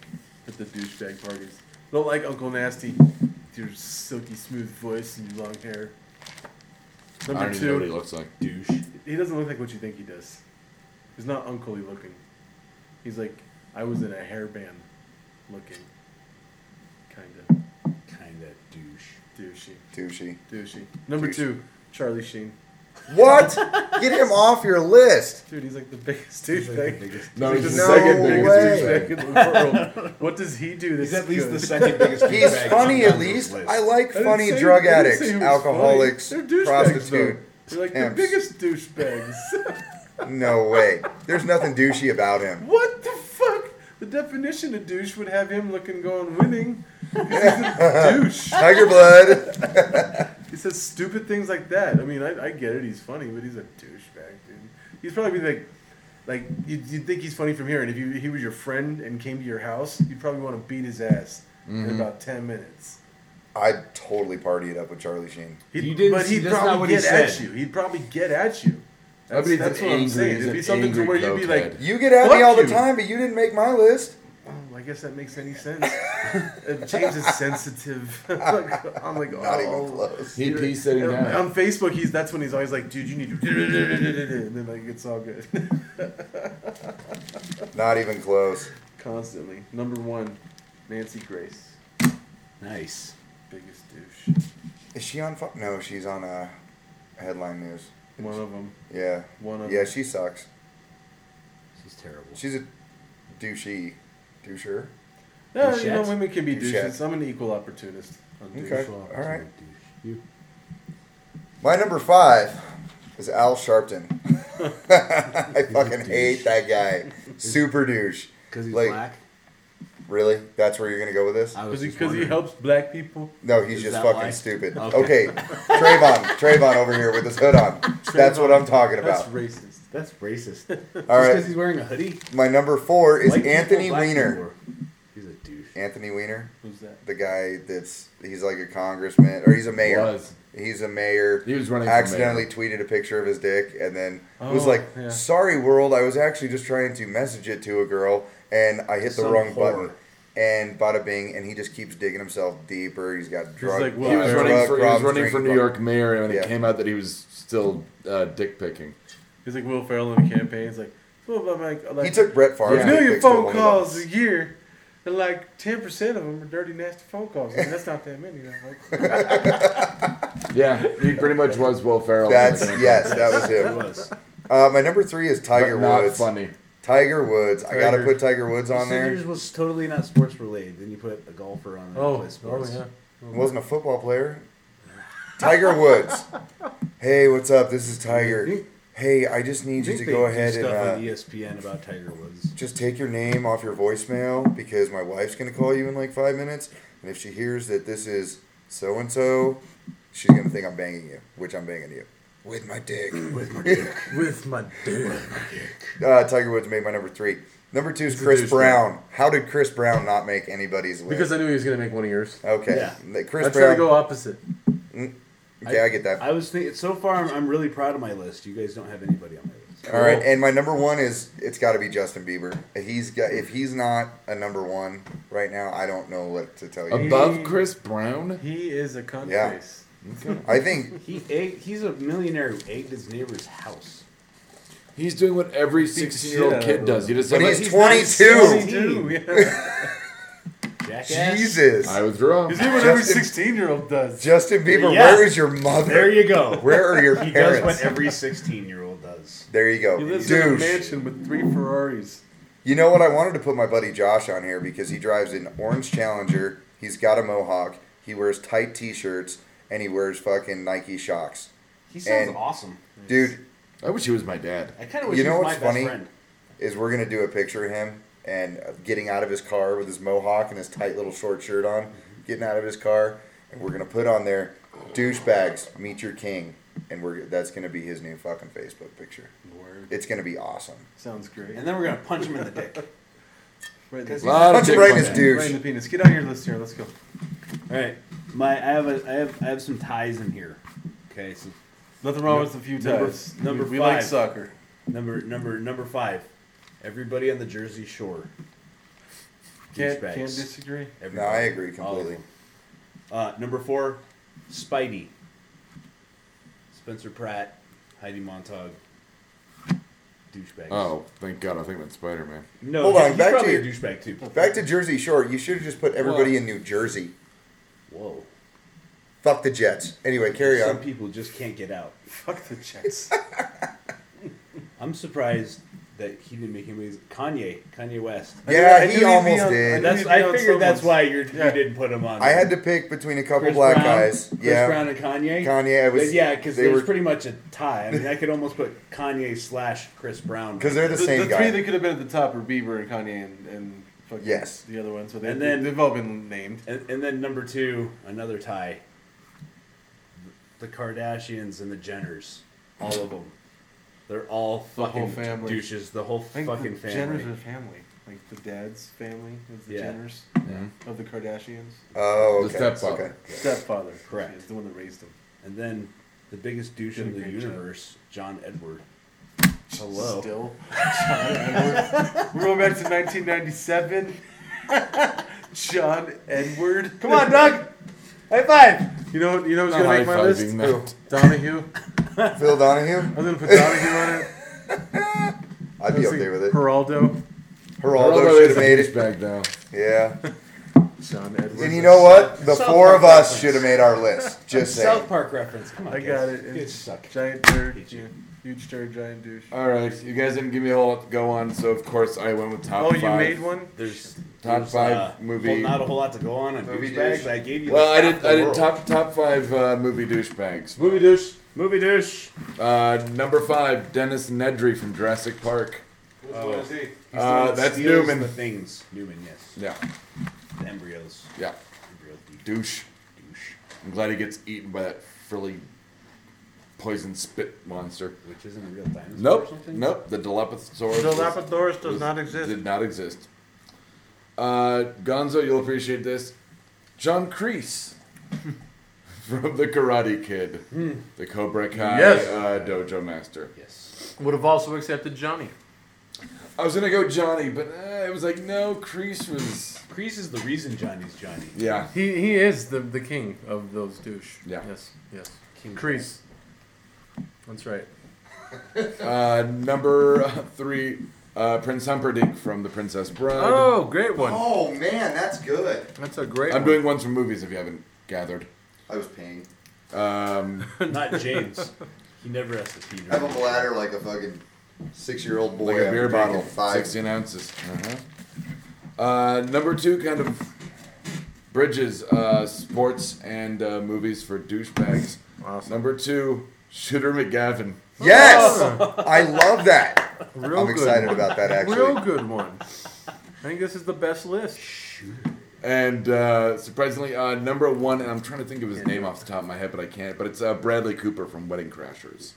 at the douchebag parties. Don't like Uncle Nasty. with Your silky smooth voice and your long hair. I Number don't even know two, what he looks like. Douche. he doesn't look like what you think he does. He's not unclely looking. He's like I was in a hairband looking. Kinda Kind of douche. douchey. Douchey. Douchey. Number two, Charlie Sheen. What? Get him off your list. Dude, he's like the biggest douchebag. No, he's the No second biggest way. douchebag. in the world. What does he do? This He's at least the good? second biggest. He's douchebag funny on at those least. lists. I like I didn't funny say- drug I didn't addicts, say he was alcohools, funny. They're douchebags, prostitutes. though. They're like pimps. the biggest douchebags. No way. There's nothing douchey about him. what the fuck? The definition of douche would have him looking, going, winning. He's a douche. Tiger blood. He says stupid things like that. I mean, I, I get it. He's funny, but he's a douchebag, dude. He's probably like, like you'd, you'd think he's funny from here, and if you, he was your friend and came to your house, you'd probably want to beat his ass in Mm-hmm. about ten minutes. I'd totally party it up with Charlie Sheen. He'd, You didn't but see- he'd that's not probably what he get at said. you. He'd probably get at you. I bet That's, he's that's an what I'm angry- saying. he's It'd be an something to angry where you'd be like, cokehead. You get at me Fuck all the you. time, but you didn't make my list. "Oh, I guess that makes any sense. Uh, James is sensitive. Like, I'm like, Not oh. even close. He, he said it And now. on Facebook, he's that's when he's always like, dude, you need to, and then like it's all good, Not even close. constantly. Number one, Nancy Grace, Nice. biggest douche. Is she on? Fu- no, she's on uh, headline news. One of them. Yeah. One of Yeah, 'em. she sucks. She's terrible. She's a douchey. Doucher? Yeah, you Douchette. know, women can be Douchette. douches. I'm an equal opportunist. on douche. Okay. Well, All right. douche. You- My number five is Al Sharpton. I fucking hate that guy. Super douche. Because he's Like- black. Really? That's where you're gonna go with this? I Because was he, just 'cause he wondering. helps black people. No, he's Uh, Is just that fucking why? stupid. Okay. Okay. Trayvon, Trayvon over here with his hood on. That's what I'm talking That's about. racist. That's racist. All All Because right. he's wearing a hoodie. My number four is White people, Anthony black Weiner. people are- He's a douche. Anthony Weiner, Who's that? the guy that's he's like a congressman or he's a mayor. Was. He's a mayor. He was running for Accidentally tweeted a picture of his dick and then was Oh, like, yeah. "Sorry, world. I was actually just trying to message it to a girl and I hit the Some wrong whore. button." And bada bing, and he just keeps digging himself deeper. He's got drug. like, well, he's He was Well, got running drug for, he was problems, running for drinking New problems. York mayor, and Yeah. it came out that he was still uh, dick picking. He's like Will Ferrell in the campaign. He's like, "Well, but like, like He took Brett Favre. a million phone calls a year, and like ten percent of them are dirty, nasty phone calls. And that's not that many. I'm Like, Yeah, he pretty much was Will Ferrell. That's Like, yes, that was He him. was. Uh, my number three is but Tiger not Woods. funny. Tiger Woods. I gotta Tiger. put Tiger Woods on there. Yours was totally not sports related. Then you put a golfer on there. oh, Play sports. yeah. Wasn't a football player. Tiger Woods. Hey, what's up? This is Tiger. Hey, I just I need you think to they go do ahead and stuff E on uh, ESPN about Tiger Woods. just take your name off your voicemail because my wife's gonna call you in like five minutes, and if she hears that this is so and so, she's gonna think I'm banging you, which I'm banging you with my dick. With my dick. With my dick. Uh, Tiger Woods made my number three. Number two is Chris Brown. How did Chris Brown not make anybody's list? Because I knew he was gonna make one of yours. okay, Yeah. The- Chris I try Brown. to go opposite. okay, I, get that. I was thinking. So far, I'm, I'm really proud of my list. You guys don't have anybody on my list. All right, and my number one is it's got to be Justin Bieber. He's got if he's not a number one right now, I don't know what to tell you. Above Chris Brown? He is a cunt Yeah. face. I think He ate, he's a millionaire who ate his neighbor's house. He's doing what every 16 year old kid does. He just But said, he's like, 22. He do, yeah. Jackass. Jesus, I was wrong. He's doing what every Justin- sixteen-year-old does. Justin Bieber, Yeah. where is your mother? There you go. where are your He does parents? what every 16 year old does. there you go, He lives in a douche. mansion with three Ferraris. You know what? I wanted to put my buddy Josh on here because he drives an orange Challenger. He's got a mohawk. He wears tight T-shirts and he wears fucking Nike shocks. He sounds And- awesome. Dude, I wish he was my dad. I kind of wish you he know was what's my funny? best friend. is we're gonna do a picture of him and uh, getting out of his car with his mohawk and his tight little short shirt on, getting out of his car, and we're gonna put on there, douchebags, meet your king, and we're that's gonna be his new fucking Facebook picture. It's gonna be awesome. Sounds great. And then we're gonna punch him in the dick. Right in the, Lot of Punch dick him right in punch. his right in the douche. penis. Get on your list here. Let's go. All right, my I have a I have I have some ties in here. Okay, so Nothing wrong with a few Number- times. number we, we five. like soccer. number number number five. Everybody on the Jersey Shore. Can't, Douchebags. can't disagree. No, I agree All of completely. them. Uh, number four, Spidey. Spencer Pratt, Heidi Montag, douchebag. Oh, thank God! I think that's Spider Man. no, Hold he's, on, he's back to probably your- a douchebag too. Back to Jersey Shore. You should have just put everybody in New Jersey. Whoa, Fuck the Jets. Anyway, carry some on. people just can't get out. Fuck the Jets. I'm surprised that he didn't make anybody. Kanye, Kanye West. I Yeah, knew he he'd be almost on- did. I And knew that's he'd be I on figured that's someone's- why you're, Yeah. you didn't put him on. I there. had to pick between a couple Chris black Brown, guys. Chris yeah, Brown and Kanye. Kanye, I was- yeah, because they there's were- pretty much a tie. I mean, I could almost put Kanye slash Chris Brown. because they're the, the, same the guy. three that could have been at the top are Bieber and Kanye and, and fucking Yes. the other ones. So they, And then- they've all been named. And, and then number two, another tie. The Kardashians and the Jenners, all of them. They're all The fucking whole family. douches. The whole I think fucking the Jenners family. are family. Like the dad's family is the Yeah. Jenners Mm-hmm. of the Kardashians. oh, The okay. stepfather. okay. Stepfather. Correct. Is the one that raised him. And then the biggest douche Did a in the great job. universe, John Edward. Hello. Still. John Edward. We're going back to 1997. John Edward. Come on, Doug. High five. You know, you know who's Not gonna make my list? high-fiving that. Who? Donahue. Phil Donahue. I'm gonna put Donahue on it. I'd be okay with it. Peraldo. Geraldo should have made it. back down. Yeah. John Edwards. And you know what? The South four of us Park reference. should have made our list. Just saying. South Park reference. Come on. I guys. got it. You It's suck. giant turd. Hate Yeah. you. Huge turd, giant douche. All right, you guys didn't give me a whole lot to go on, so of course I went with top oh, five. you made one? There's Top there's, five uh, movie- well, not a whole lot to go on on Movie douchebags. douche. I gave you. Well, like I half did. the I did world. top top five uh, movie douchebags. movie douche. Movie douche. Uh, number five, Dennis Nedry from Jurassic Park. He's the one Uh, that that's steals Newman. The things. Newman, yes. Yeah, The embryos. yeah, Embryo douche. douche. I'm glad he gets eaten by that frilly poison spit monster. Which isn't a real dinosaur or Nope, something? nope. The Dilophosaurus. was- Dilophosaurus does was- not exist. Did not exist. Uh, Gonzo, you'll appreciate this. John Kreese from The Karate Kid, Hmm. the Cobra Kai Yes. uh, dojo master. Yes. Would have also accepted Johnny. I was gonna go Johnny, but uh, it was like no, Kreese was Kreese is the reason Johnny's Johnny. yeah. He he is the the king of those douche. Yeah. Yes. Yes. King Crease. That's right. Uh, number uh, three, uh, Prince Humperdinck from The Princess Bride. Oh, great one. Oh man, that's good. That's a great I'm one. doing ones from movies if you haven't gathered. I was paying. Um, Not James. he never has to pee. I have a bladder like a fucking six-year-old boy. like a Oh, I'm beer drinking bottle, Five. 16 ounces. Uh-huh. Uh, number two, kind of bridges uh, sports and uh, movies for douchebags. Awesome. Number two, Shooter McGavin. Yes, I love that. Real I'm good excited one. about that Real actually. good one. I think this is the best list. And uh, surprisingly, uh, number one, and I'm trying to think of his name off the top of my head, but I can't, but it's uh, Bradley Cooper from Wedding Crashers.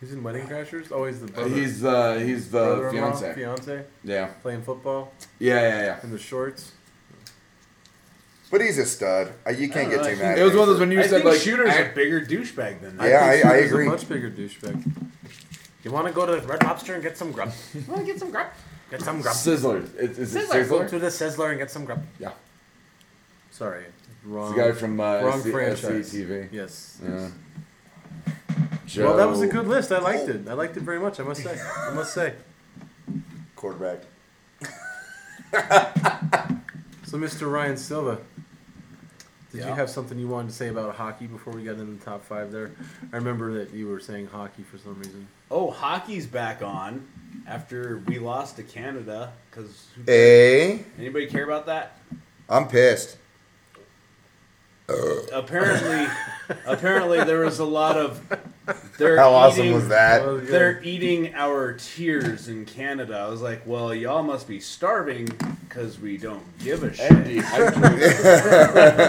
He's in Wedding Crashers. Always the Uh, brother, he's uh, he's the brother-in-law, fiance. Yeah. fiance yeah, playing football yeah, in the shorts. But he's a stud. Uh, You can't I get too don't know, I mad. yeah. at It was him one of those for- when you I said think like Shooter's I- a bigger douchebag than that. Yeah, I- think I Shooter's agree. A much bigger douchebag. You want to go to Red Lobster and get some grub? Want to get some grub? Get some grub. Sizzler. Is, is it Sizzler. Sizzler? Go to the Sizzler and get some grub. Yeah, Sorry, it's wrong. the guy from uh, wrong SC, franchise. SCTV. Yes. Yeah. Well, that was a Joe- good list. I liked it. I liked it very much. I must say. I must say. quarterback. So, Mr. Ryan Silva, Did you Yeah. have something you wanted to say about hockey before we got in the top five there? I remember that you were saying hockey for some reason. Oh, hockey's back on after we lost to Canada. Because Hey, anybody care about that? I'm pissed. Apparently, apparently there was a lot of. they're How awesome eating- was that? Well, They're eating our tears in Canada. I was like, well, y'all must be starving because we don't give a shit. And dehydrated.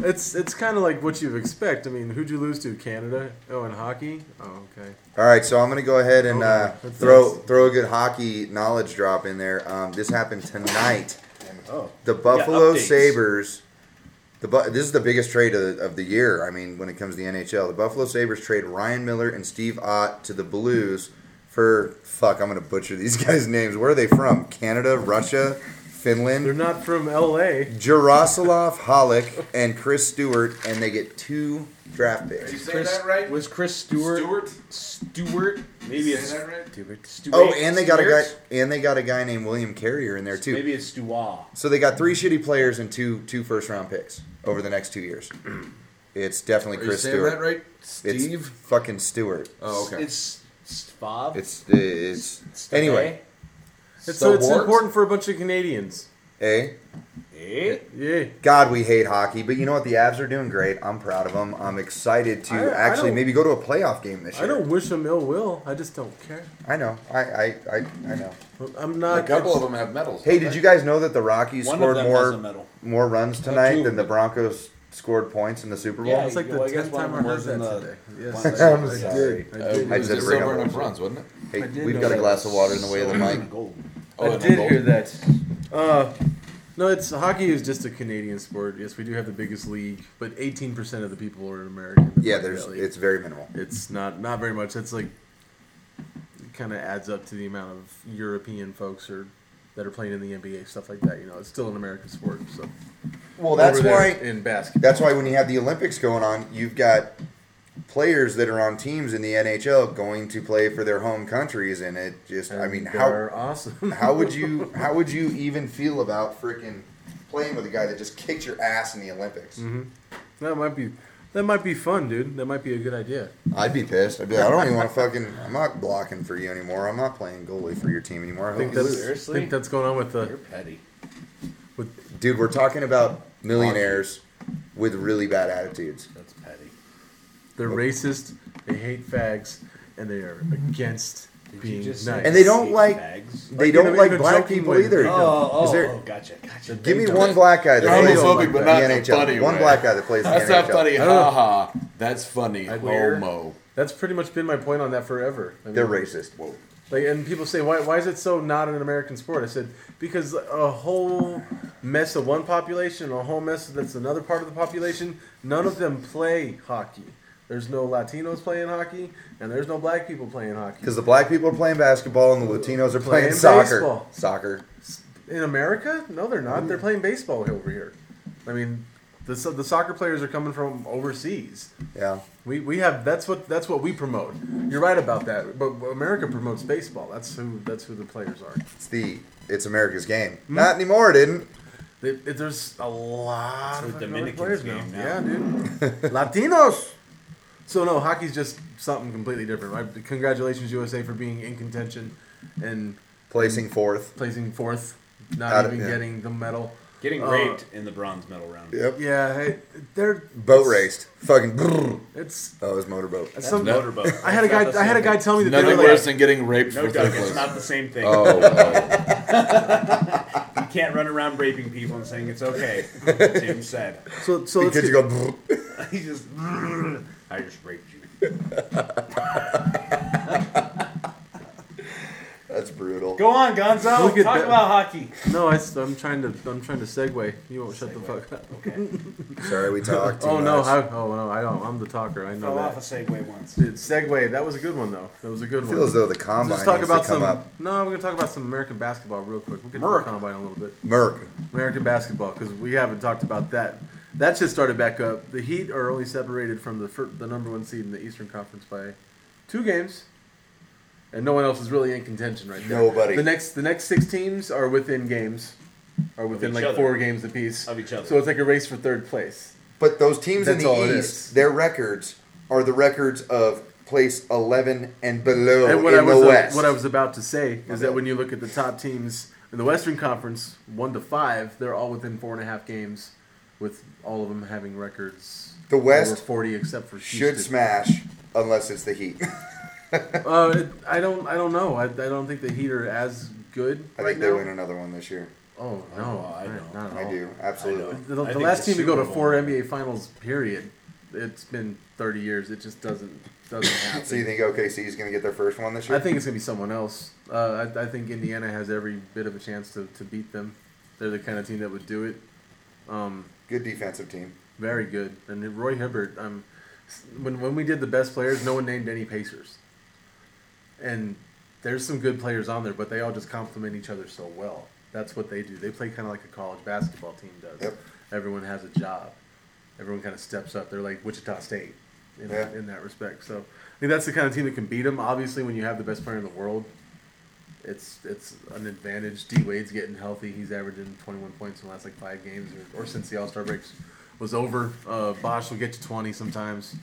It's it's kind of like what you'd expect. I mean, who'd you lose to? Canada? Oh, in hockey? Oh, okay. All right, so I'm gonna go ahead and uh, Oh, that's throw nice. throw a good hockey knowledge drop in there. Um, this happened tonight. Oh. The Buffalo updates. Sabers. The Bu- this is the biggest trade of, of the year. I mean, when it comes to the NHL, the Buffalo Sabers trade Ryan Miller and Steve Ott to the Blues for fuck. I'm gonna butcher these guys' names. Where are they from? Canada, Russia, Finland. They're not from L.A. Jaroslav Halek and Chris Stewart, and they get two draft picks. Say that right? Was Chris Stewart? Stewart? Stewart? Maybe it's Say that right? Stewart. Oh, and they got a guy, and they got a guy named William Carrier in there too. Maybe it's Duwa. So they got three shitty players and two two first round picks over the next two years. It's definitely Are you Chris saying Stewart. that right? It's Steve? fucking Stewart. Oh, okay. It's Stav. It's it's, anyway. It's, so it's Stalwart? important for a bunch of Canadians. Eh? Eh? Yeah. God, we hate hockey, but you know what? The Avs are doing great. I'm proud of them. I'm excited to I- I actually don't- maybe go to a playoff game this year. I don't wish them ill will. I just don't care. I know. I I, I, I know. I'm A not. couple of them have medals. Hey, did you guys know that the Rockies One of scored them has a more medal. Uh, more runs tonight two. than the Broncos scored points in the Super Bowl? Yeah, It's like the Well, I guess 10th one of time I them heard was that in the- today. one Yes. of I them- I'm did. sorry. I Uh, did. I it was did a bring silver up and a one. bronze, wasn't it? Hey, I did we've know got a that. glass of water in the way of the mic. Eh? Gold. Oh, I and a did gold. hear that. Uh, no, it's hockey is just a Canadian sport. Yes, we do have the biggest league, but 18% of the people are American. that Yeah, play there's that league. it's very minimal. it's not not very much. It's like kind of adds up to the amount of European folks or that are playing in the NBA stuff like that. You know, it's still an American sport. So Well, that's Over there why in basketball. that's why when you have the Olympics going on, you've got players that are on teams in the NHL going to play for their home countries, and it just I mean how they're awesome. how would you how would you even feel about freaking playing with a guy that just kicked your ass in the Olympics? Mm-hmm. that might be that might be fun, dude. That might be a good idea. I'd be pissed. I'd be like, I don't even want to fucking. I'm not blocking for you anymore. I'm not playing goalie for your team anymore. I I think hope you that's lose. Seriously? think that's going on with You're the petty. with Dude, we're talking about millionaires with really bad attitudes. That's petty. they're racist. They hate fags, and they are against Did you being just nice. say And they don't hate like- Bags? They Like, in don't a- like in a black joking people way. either. Oh, oh, Is there? oh, gotcha, gotcha. give me don't. one black guy that They're plays homophobic, but the not in a NHL. funny one way. black guy that plays in the That's not NHL. funny. Ha ha. That's funny. Where? Homo. That's pretty much been my point on that forever. I mean, They're racist. Like, and people say, why, why is it so not an American sport? I said, because a whole mess of one population, a whole mess that's another part of the population, none of them play hockey. There's no Latinos playing hockey, and there's no black people playing hockey. Because the black people are playing basketball and the Latinos are playing, Playing soccer. baseball. Soccer. In America? No, they're not. They're playing baseball over here. I mean, the, so- the soccer players are coming from overseas. Yeah. We, we have that's what that's what we promote. You're right about that. But America promotes baseball. That's who that's who the players are. It's the it's America's game. Hmm? Not anymore. It didn't. They, it- there's a lot It's of a fucking Dominicans other players now. game Yeah, now. dude. Latinos. So no, hockey's just something completely different. Right? Congratulations USA for being in contention and Placing fourth. placing fourth, not Out of- even yeah. getting the medal. Getting Uh, raped in the bronze medal round. Yep. Yeah, it, they're Boat raced. Fucking. brrr. it's Oh, it was motorboat. it's some. motorboat. I had a guy. I had a guy tell me that they Nothing were like, worse than getting raped No, for Doug, third it's place. not the same thing. Oh, well. You can't run around raping people and saying it's okay. Tim said. so so. Let's Because get, you go. brrr. He just. I just raped you. That's brutal. Go on, Gonzo. Look at Talk that. about hockey. no, I, am trying to. I'm trying to segue. You won't shut the fuck up. Okay. Sorry, we talked. Too Oh no! much. I, oh no! I don't. I'm the talker. I know Fell off a that. Segway once. Dude, segue. That was a good one though. That was a good I one. feel as though the combine Let's talk needs about to come some. up. No, we're gonna talk about some American basketball real quick. We'll get to the combine a little bit. Merck. American basketball because we haven't talked about that. That shit started back up. The Heat are only separated from the fir- the number one seed in the Eastern Conference by two games, and no one else is really in contention right now. Nobody. The next the next six teams are within games, are within each like other. four games apiece Of each other. So it's like a race for third place. But those teams That's in all the it East, is. their records are the records of place 11 and below And what in I was uh, the West. what I was about to say is that bad. when you look at the top teams in the Western Conference, one to five, they're all within four and a half games, with all of them having records. The West over forty, except for should Houston. smash unless it's the Heat. Uh, it- I don't, I don't know. I, I don't think the Heat are as good I right think now. they win another one this year. Oh no, I don't. not at I all. do, absolutely. I know. The, the I think last the team to go Super to four Bowl- NBA Finals, period. It's been thirty years. It just doesn't doesn't happen. So you think OKC is going to get their first one this year? I think it's gonna be someone else. Uh, I, I think Indiana has every bit of a chance to, to beat them. They're the kind of team that would do it. Um, Good defensive team. very good. And then Roy Hibbert. Um, when when we did the best players, no one named any Pacers. And there's some good players on there, but they all just complement each other so well. That's what they do. They play kind of like a college basketball team does. Yep. Everyone has a job. Everyone kind of steps up. They're like Wichita State in, Yeah. in that respect. So I think that's the kind of team that can beat them. Obviously, when you have the best player in the world, it's it's an advantage. D Wade's getting healthy. He's averaging 21 points in the last like five games, or, or since the All Star break was over. Uh, Bosch will get to 20 sometimes.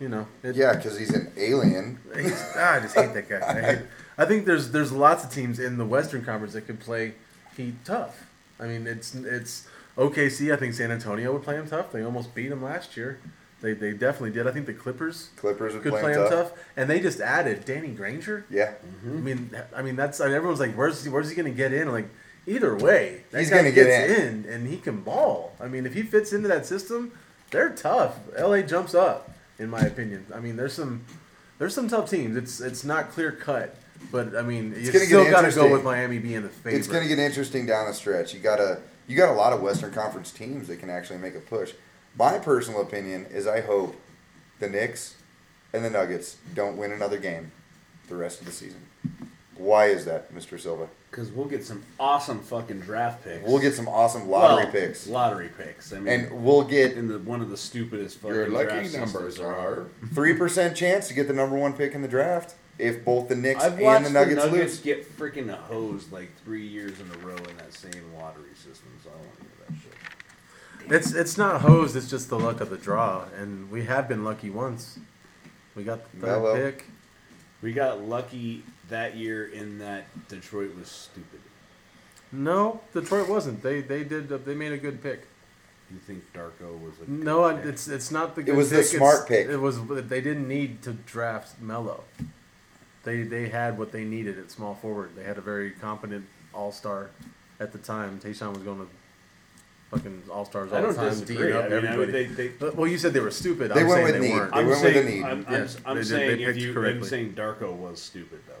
You know, it, Yeah, because he's an alien. he's- ah, I just hate that guy. I, hate- I think there's there's lots of teams in the Western Conference that could play Heat tough. I mean, it's it's OKC. I think San Antonio would play him tough. They almost beat him last year. They, they definitely did. I think the Clippers Clippers would could play him tough, and they just added Danny Granger. Yeah. I mean, I mean that's I mean, everyone's like, where's he, where's he gonna get in? Like, either way, that He's guy gonna get gets in. and he can ball. I mean, if he fits into that system, they're tough. LA jumps up, in my opinion. I mean, there's some there's some tough teams. It's it's not clear cut, but I mean, you gonna get still gotta go interesting. with Miami being the favorite. It's going to get interesting down the stretch. You got a you got a lot of Western Conference teams that can actually make a push. My personal opinion is I hope the Knicks and the Nuggets don't win another game the rest of the season. Why is that, Mr. Silva? Because we'll get some awesome fucking draft picks. We'll get some awesome lottery Well, picks, Lottery picks. I mean, and we'll get in the one of the stupidest fucking Your draft lucky systems numbers there are. three percent chance to get the number one pick in the draft if both the Knicks I've and watched the Nuggets, lose. get freaking hosed like three years in a row in that same lottery system. So I don't want to hear that shit. it's it's not hosed. It's just the luck of the draw, and we have been lucky once. We got the third Melo. pick. We got lucky that year in that Detroit was stupid. No, Detroit wasn't. They they did they made a good pick. You think Darko was a No, I- pick? it's it's not the. It was the pick, it's- smart pick. It was they didn't need to draft Mello. They they had what they needed at small forward. They had a very competent all star at the time. Tayshawn was going to fucking all stars all I don't the time. disagree. D'ing I up mean, I mean, everybody. they- they- But- well, you said they were stupid. They I'm went saying with they need. weren't. They I'm went with saying, a need. I'm, I'm, Yes, I'm they did. They saying if picked you, I'm correctly. saying Darko was stupid though.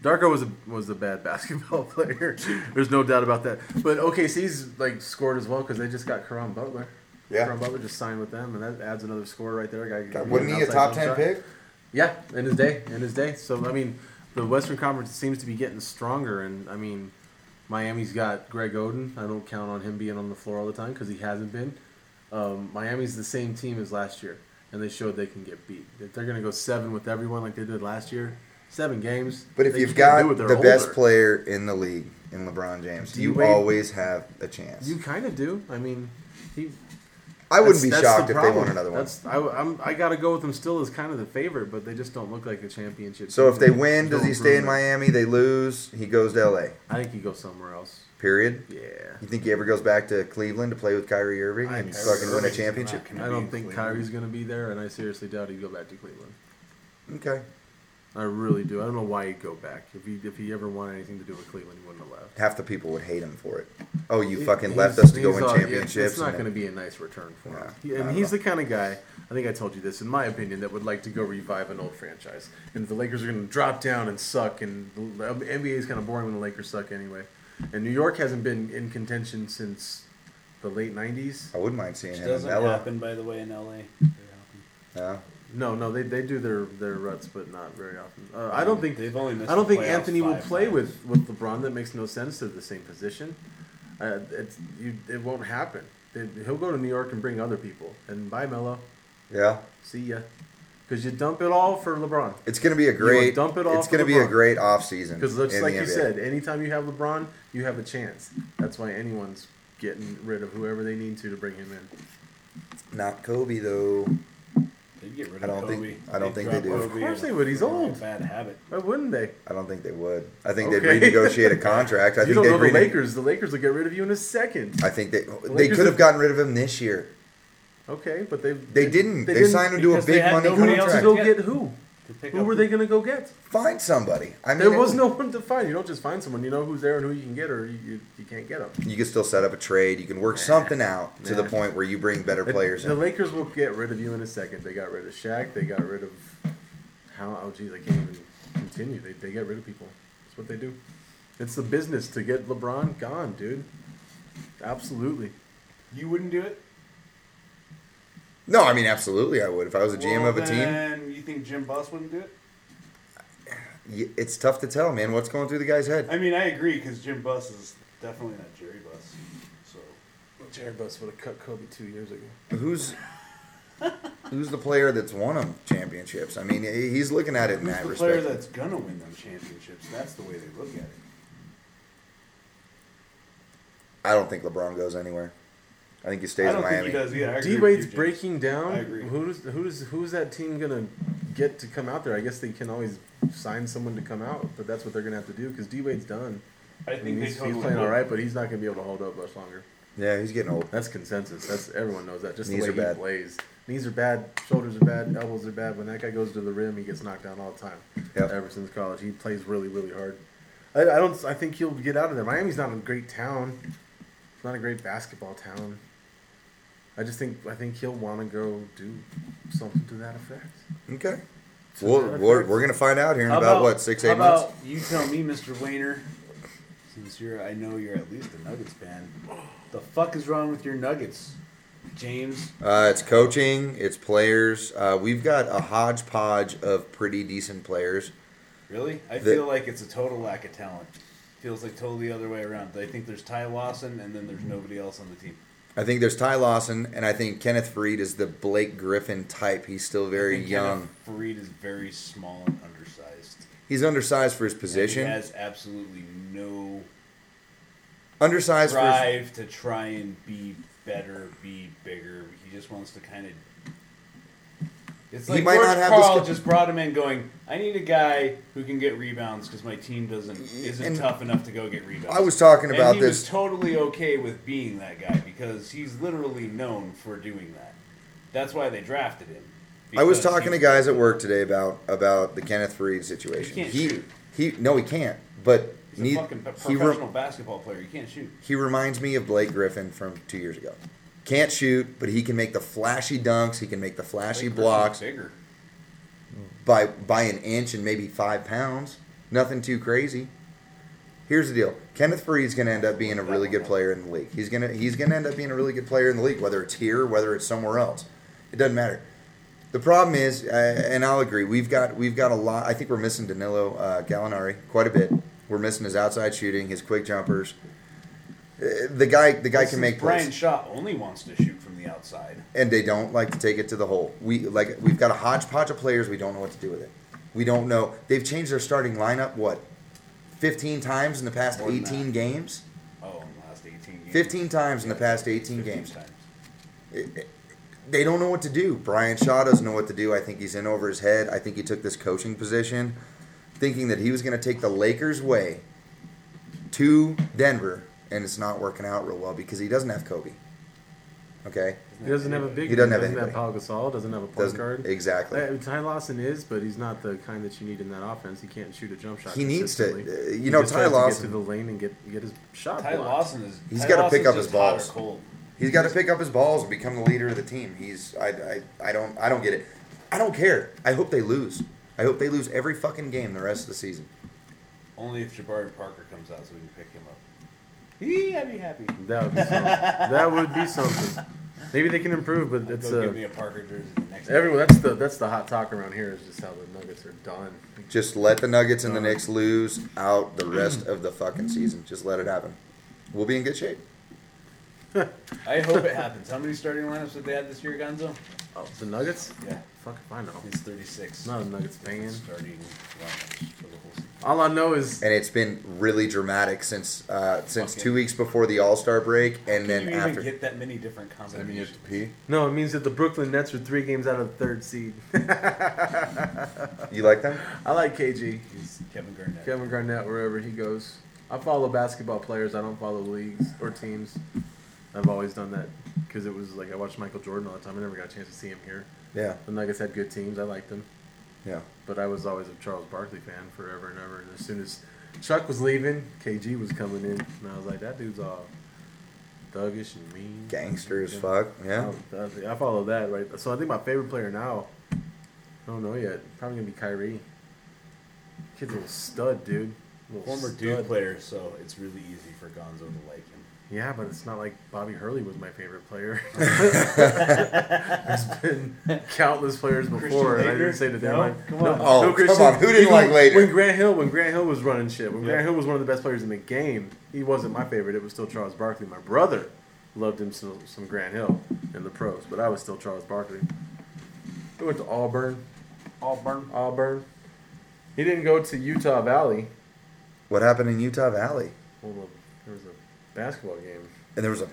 Darko was a was a bad basketball player. There's no doubt about that. But OKC's like scored as well because they just got Karan Butler. Yeah. Karan Butler just signed with them, and that adds another score right there. Guy- God, Wasn't he a outside jump top ten shot. pick? Yeah, in his day, in his day. So I mean, the Western Conference seems to be getting stronger, and I mean, Miami's got Greg Oden. I don't count on him being on the floor all the time because he hasn't been. Um, Miami's the same team as last year, and they showed they can get beat. If they're gonna go seven with everyone like they did last year, seven games. But if they you've just gotta got do the what they're best older. player in the league in LeBron James, Do you you wait- always have a chance. you kind of do. I mean, he. I wouldn't be that's- that's shocked the if they won problem. another one. That's I, I'm, I gotta go with them still as kind of the favorite, but they just don't look like a championship. So team. if they There's win, does no he stay in improvement. Miami? They lose, he goes to LA. I think he goes somewhere else. Period. Yeah. You think he ever goes back to Cleveland to play with Kyrie Irving I and know. fucking win a Irving's championship? not gonna I be don't in think Cleveland. Kyrie's going to be there, and I seriously doubt he'd go back to Cleveland. Okay. I really do. I don't know why he'd go back. If he if he ever wanted anything to do with Cleveland, he wouldn't have left. Half the people would hate him for it. Oh, you He- fucking he's- left us to go he's win all- yeah, championships. It's not and going to then- be a nice return for him. Yeah, He- not and at he's the kind of guy. I think I told you this in my opinion that would like to go revive an old franchise. And if the Lakers are going to drop down and suck, and the the NBA is kind of boring when the Lakers suck anyway. And New York hasn't been in contention since the late '90s. I wouldn't mind seeing Which him in doesn't Melo. happen by the way in LA. No. No, no, they, they do their, their ruts, but not very often. Uh, I Um, don't think They've only missed I don't the think playoffs Anthony will five play times. with with LeBron. That makes no sense. They're the same position. Uh, it's, you, it won't happen. They, he'll go to New York and bring other people. And bye, Melo. Yeah. See ya. Because you dump it all for LeBron. It's going to be a great. dump it it's off for going to be a LeBron. great offseason. Because just in like the you NBA. said, anytime you have LeBron, you have a chance. That's why anyone's getting rid of whoever they need to to bring him in. Not Kobe though. They'd get rid I of don't Kobe. think- I don't think they drop do. Of Kobe course in a- they would, he's in a old. Bad habit. Why wouldn't they? I don't think they would. I think Okay. they'd renegotiate a contract. I you think don't they'd know the rene- Lakers. The Lakers will get rid of you in a second. I think they they Lakers could have have- gotten rid of him this year. Okay, but they They didn't. They, signed him to a because they big had money nobody else to contract. go Yeah. get who? To pick Who up were they going to go get? Find somebody. I mean, There it- was no one to find. You don't just find someone. You know who's there and who you can get, or you, you, you can't get them. You can still set up a trade. You can work something out to the Nah. point where you bring better players The in. Lakers will get rid of you in a second. They got rid of Shaq. They got rid of how? Oh, geez, I can't even continue. They they get rid of people. That's what they do. It's the business to get LeBron gone, dude. Absolutely. You wouldn't do it. No, I mean absolutely, I would. If I was a GM Well, of a team, then you think Jim Boss wouldn't do it? y- it's tough to tell, man. What's going through the guy's head? I mean, I agree because Jim Boss is definitely not Jerry Boss. So Jared Buss would have cut Kobe two years ago. Who's who's the player that's won them championships? I mean, he- he's looking at it in who's that the respect. player that's gonna win them championships? That's the way they look at it. I don't think LeBron goes anywhere. I think he stays I in don't think Miami. he does either. I agree D with Wade's you, James. breaking down. I agree. Who's who's who's that team gonna get to come out there? I guess they can always sign someone to come out, but that's what they're gonna have to do because D Wade's done. I I think mean, they he's, totally he's playing would. all right, but he's not gonna be able to hold up much longer. Yeah, he's getting old. That's consensus. That's everyone knows that. Just Knees the are way he bad. plays. Knees are bad. Shoulders are bad. Elbows are bad. When that guy goes to the rim, he gets knocked down all the time. Yep. Ever since college, he plays really, really hard. I, I don't. I think he'll get out of there. Miami's not a great town. It's not a great basketball town. I just think I think he'll want to go do something to that effect. Okay. To Well, that we're, effect. we're gonna find out here in How about, what six how eight months. About you tell me, Mr. Wayner, since you're, I know you're at least a Nuggets fan. The fuck is wrong with your Nuggets, James? Uh, it's coaching, it's players. Uh, we've got a hodgepodge of pretty decent players. Really? I The- feel like it's a total lack of talent. Feels like totally the other way around. I think there's Ty Lawson, and then there's nobody else on the team. I think there's Ty Lawson, and I think Kenneth Freed is the Blake Griffin type. He's still very And young. Kenneth Fareed is very small and undersized. He's undersized for his position. He has absolutely no undersized for his, drive to try and be better, be bigger. He just wants to kind of. It's He like might George not have this Karl ca- just brought him in, going, "I need a guy who can get rebounds because my team doesn't isn't Mm, And- tough enough to go get rebounds." I was talking about and he this. was totally okay with being that guy because he's literally known for doing that. That's why they drafted him. I was because talking he- to guys at work today about about the Kenneth Freed situation. He can't he shoot. he no, he can't. But He's a need, fucking pe- he professional re- basketball player. You can't shoot. he reminds me of Blake Griffin from two years ago. Can't shoot, but he can make the flashy dunks. He can make the flashy Blake Griffin's blocks Bigger. by by an inch and maybe five pounds. Nothing too crazy. Here's the deal: Kenneth Freed's going to end up being a really good player in the league. He's gonna he's going to end up being a really good player in the league, whether it's here, whether it's somewhere else. It doesn't matter. The problem is, uh, and I'll agree, we've got we've got a lot. I think we're missing Danilo uh, Gallinari quite a bit. We're missing his outside shooting, his quick jumpers. Uh, The guy the guy Well, can since make plays Brian Shaw only wants to shoot from the outside. and they don't like to take it to the hole. We like we've got a hodgepodge of players. We don't know what to do with it. We don't know. They've changed their starting lineup what, fifteen times in the past More than eighteen that. games. Oh, in the last 18 games. Fifteen times in the past eighteen 15 games. times. They don't know what to do. Brian Shaw doesn't know what to do. I think he's in over his head. I think he took this coaching position, thinking that he was going to take the Lakers' way to Denver, and it's not working out real well because he doesn't have Kobe. Okay, He doesn't have a big. He doesn't have doesn't have Paul anybody. Gasol. Doesn't have a point guard. doesn't exactly. Uh, Ty Lawson is, but he's not the kind that you need in that offense. He can't shoot a jump shot. He needs to- consistently. uh, you He know, just Ty tries to Lawson- get to the lane and get get his shot. Ty blocked. Lawson is. He's Ty gotta Lawson's pick up his just hot or balls. cold. He's got to pick up his balls and become the leader of the team. He's I, I I don't I don't get it. I don't care. I hope they lose. I hope they lose every fucking game the rest of the season. Only if Jabari Parker comes out so we can pick him up. He, I'd be happy. That would be something. that would be something. Maybe they can improve, but it's Go give me uh, a Parker jersey the next everyone. That's the that's the hot talk around here is just how the Nuggets are done. Just let the Nuggets and the Knicks lose out the rest of the fucking season. Just let it happen. We'll be in good shape. I hope it happens. How many starting lineups did they have this year, Gonzo? Oh, the Nuggets? Yeah. Fuck if I know. He's 36. I'm not a Nuggets fan. Starting lineups for the whole season. All I know is and it's been really dramatic since uh, since Fucking- two weeks before the All Star break, Can and then you after even get that many different I mean, you have combinations? to pee. no. It means that the Brooklyn Nets are three games out of the third seed. you like them. I like KG, He's Kevin Garnett. Kevin Garnett, wherever he goes. I follow basketball players. I don't follow leagues or teams. I've always done that because it was like I watched Michael Jordan all the time. I never got a chance to see him here. Yeah, The Nuggets had good teams. I liked them. yeah. But I was always a Charles Barkley fan forever and ever. And as soon as Chuck was leaving, KG was coming in, and I was like, that dude's all thuggish and mean, Gangster as fuck. Yeah, Oh, that's- I follow that right. So I think my favorite player now, I don't know yet. Probably gonna be Kyrie. Kid's a little stud, dude. Little Former stud. dude player, so it's really easy for Gonzo to like him. Yeah, but it's not like Bobby Hurley was my favorite player. There's been countless players before, and I Laettner? didn't say the damn No? right. Come No, on. Oh, come Christian- on, who didn't even like Laettner? When Grant Hill, when Grant Hill was running shit, when Yeah. Grant Hill was one of the best players in the game, he wasn't my favorite. It was still Charles Barkley. My brother loved him some, some Grant Hill in the pros, but I was still Charles Barkley. He went to Auburn. Auburn. Auburn. He didn't go to Utah Valley. what happened in Utah Valley? Well, there was a basketball game, And there was a,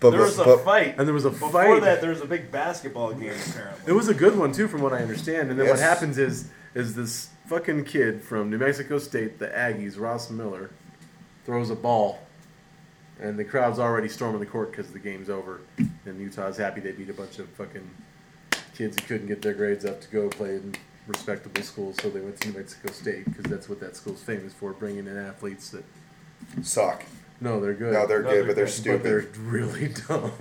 but, There was a but- fight. and there was a Before fight. that, there was a big basketball game, apparently. It was a good one too, from what I understand. And then what Yes. happens is is this fucking kid from New Mexico State, the Aggies, Ross Miller, throws a ball, and the crowd's already storming the court because the game's over, and Utah's happy they beat a bunch of fucking kids who couldn't get their grades up to go play in respectable schools, so they went to New Mexico State because that's what that school's famous for, bringing in athletes that suck. no, they're good No, they're No, good, they're but they're good, stupid. but they're really dumb.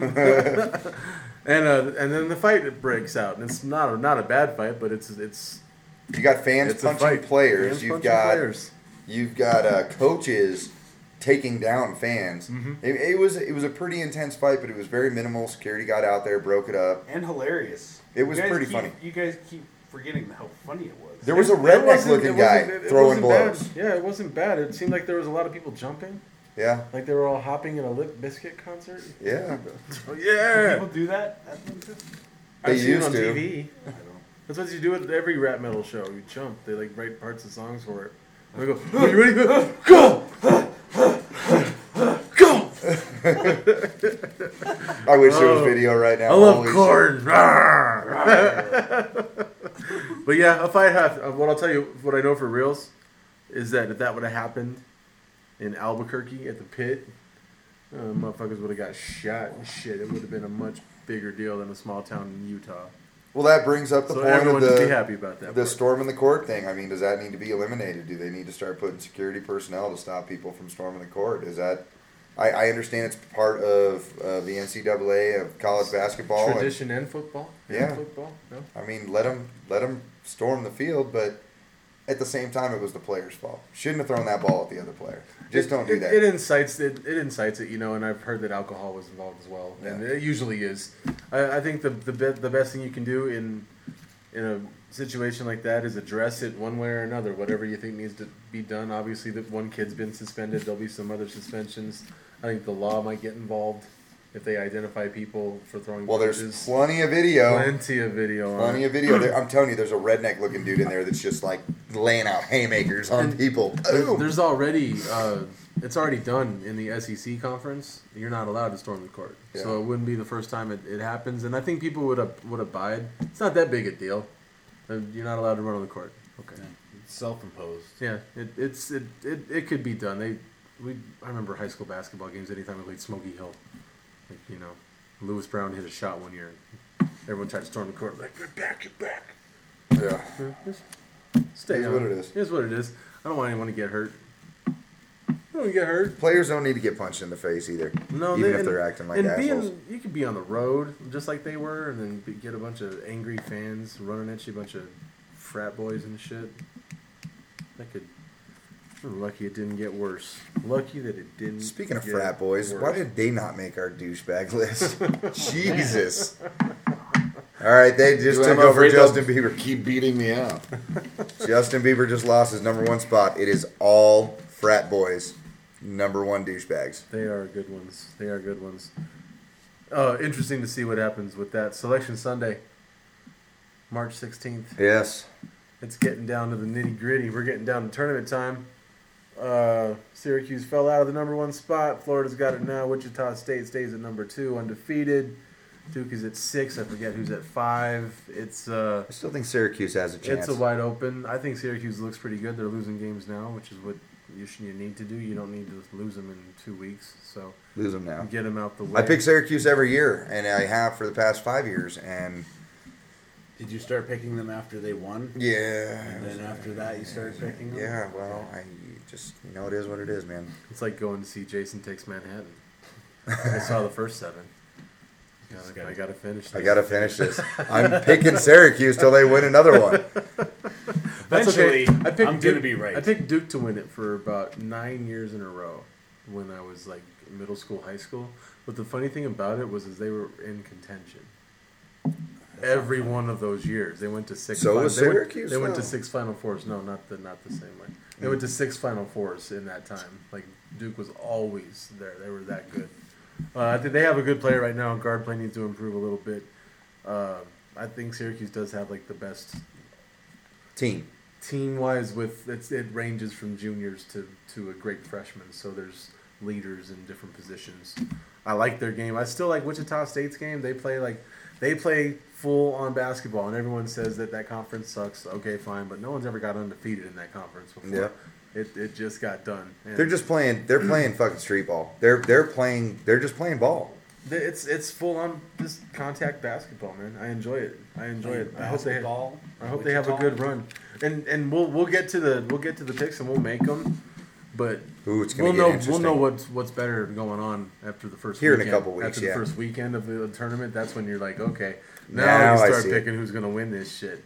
and uh, and then the fight breaks out, and it's not a, not a bad fight, but it's it's you got fans it's a punching fight. players. Fans You've punching got players. you've got uh, coaches taking down fans. Mm-hmm. It, it was it was a pretty intense fight, but it was very minimal. Security got out there, broke it up. and hilarious. It was You guys pretty keep- funny. You guys keep forgetting how funny it was. There was a It- it redneck wasn't- it looking wasn't- guy it- it throwing wasn't bad. blows. Yeah, it wasn't bad. It seemed like there was a lot of people jumping, Yeah, like they were all hopping in a Lip Biscuit concert. yeah. yeah, People do that. at Memphis? They I've seen it used on to. TV. I don't. That's what you do at every rap metal show. You jump. They like write parts of songs for it. They go, "Are you ready? Go, go!" I wish there was Oh. video right now. I love Holy shit. corn. Rawr. but yeah, if I have, uh, what I'll tell you, what I know for reals, is that if that would have happened in Albuquerque at the pit, uh, motherfuckers would have got shot and shit. It would have been a much bigger deal than a small town in Utah. Well, that brings up the So point of everyone should be the happy about that. the part. storm in the court thing. I mean, does that need to be eliminated? Do they need to start putting security personnel to stop people from storming the court? Is that I, I understand it's part of uh, the NCAA of college basketball. and- Tradition and football. And Yeah. Football. No. I mean, let them let them storm the field, but at the same time, it was the player's fault. Shouldn't have thrown that ball at the other player. Just It- don't do it- that. It incites it. It incites it, you know. And I've heard that alcohol was involved as well, and Yeah. it usually is. I, I think the the be, the best thing you can do in in a situation like that is address it one way or another. Whatever you think needs to be done. Obviously, that one kid's been suspended. There'll be some other suspensions. I think the law might get involved if they identify people for throwing. well, there's punches. plenty of video. plenty of video. Plenty on. of video. There, I'm telling you, there's a redneck looking dude in there that's just like laying out haymakers on people. There- Boom. There's already uh, it's already done in the SEC conference. You're not allowed to storm the court, Yeah. so it wouldn't be the first time it, it happens. And I think people would ab- would abide. It's not that big a deal. Uh, You're not allowed to run on the court. Okay. It's self-imposed. Yeah, it, it's it, it it could be done. They we I remember high school basketball games. Anytime we played Smoky Hill, like you know, Lewis Brown hit a shot one year. Everyone tried to storm the court like get back, get back. Yeah. Stay Here's out. what it is. Here's what it is. I don't want anyone to get hurt. I don't want to get hurt. Players don't need to get punched in the face either. No, even they, if and- they're acting like and assholes. Being, you could be on the road just like they were, and then be, get a bunch of angry fans running at you, a bunch of frat boys and shit. That could. We're lucky it didn't get worse. Lucky that it didn't. Speaking of get frat boys, why worse. did they not make our douchebag list? Jesus. All right, they just took I'm over afraid they'll Justin Bieber. Keep beating me out. Justin Bieber just lost his number one spot. It is all frat boys, number one douchebags. They are good ones. They are good ones. Uh, interesting to see what happens with that selection Sunday. March 16th. Yes. It's getting down to the nitty gritty. We're getting down to tournament time. Uh, Syracuse fell out of the number one spot. Florida's got it now. Wichita State stays at number two, undefeated. Duke is at six. I forget who's at five. It's uh, I still think Syracuse has a chance. it's a wide open. I think Syracuse looks pretty good. They're losing games now, which is what you, sh- you need to do. You don't need to lose them in two weeks. So Lose them now. get them out the way. I pick Syracuse every year, and I have for the past five years. And Did you start picking them after they won? And yeah, then after that, you started picking them? yeah. Well, I just you know it is what it is, man. It's like going to see Jason Takes Manhattan. I saw the first seven. Gotta- I gotta finish. I this. gotta finish this. I'm picking Syracuse till they win another one. That's okay. Eventually, I picked I'm Duke, going to be right. I picked Duke to win it for about nine years in a row when I was like middle school, high school. But the funny thing about it was is they were in contention. Every one of those years, they went to six. So fin- was they went- Syracuse, They went to though. six Final Fours. No, not the not the same way. They went to Mm. six Final Fours in that time. Like Duke was always there. They were that good. Uh, I think they have a good player right now. Guard play needs to improve a little bit. Uh, I think Syracuse does have like the best Team. team wise with it's, it ranges from juniors to, to a great freshman so there's leaders in different positions i like their game i still like wichita state's game they play like they play full on basketball and everyone says that that conference sucks okay fine but no one's ever got undefeated in that conference before it, it just got done and They're just playing. They're playing fucking street ball. They're they're playing. They're just playing ball. Th- it's it's full on just contact basketball man i enjoy it i enjoy it i hope they Basketball, I hope they have a Wichita. good run, and and we'll we'll get to the we'll get to the picks and we'll make them, but Ooh, it's gonna we'll get know interesting. we'll know what's what's better going on after the first Here in a weekend. couple weeks, after the yeah. first weekend of the tournament. That's when you're like, okay, now, Now I you start see it. picking who's gonna win this shit.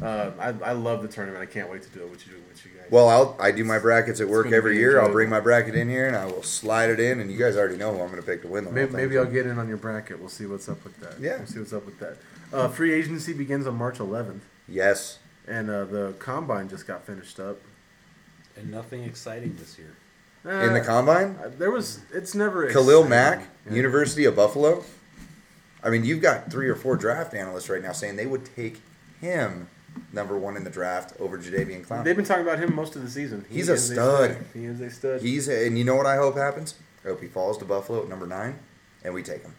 Uh, I I love the tournament. I can't wait to do it with you with you guys. Well, I'll I do my brackets at work gonna every be year. I'll enjoyable. bring my bracket in here and I will slide it in. And you guys already know who I'm going to pick to win the maybe, whole thing. maybe I'll get in on your bracket. We'll see what's up with that. Yeah. we'll see what's up with that. Uh, free agency begins on March 11th, yes, and uh, the combine just got finished up. And nothing exciting this year. in the Eh, combine, Uh, There was. It's never Khalil exciting. Mack, Yeah. University of Buffalo. I mean, you've got three or four draft analysts right now saying they would take him number one in the draft over Jadavian Clown. They've been talking about him most of the season. He He's a is stud. He is a stud. He's and you know what I hope happens? I hope he falls to Buffalo at number nine, and we take him.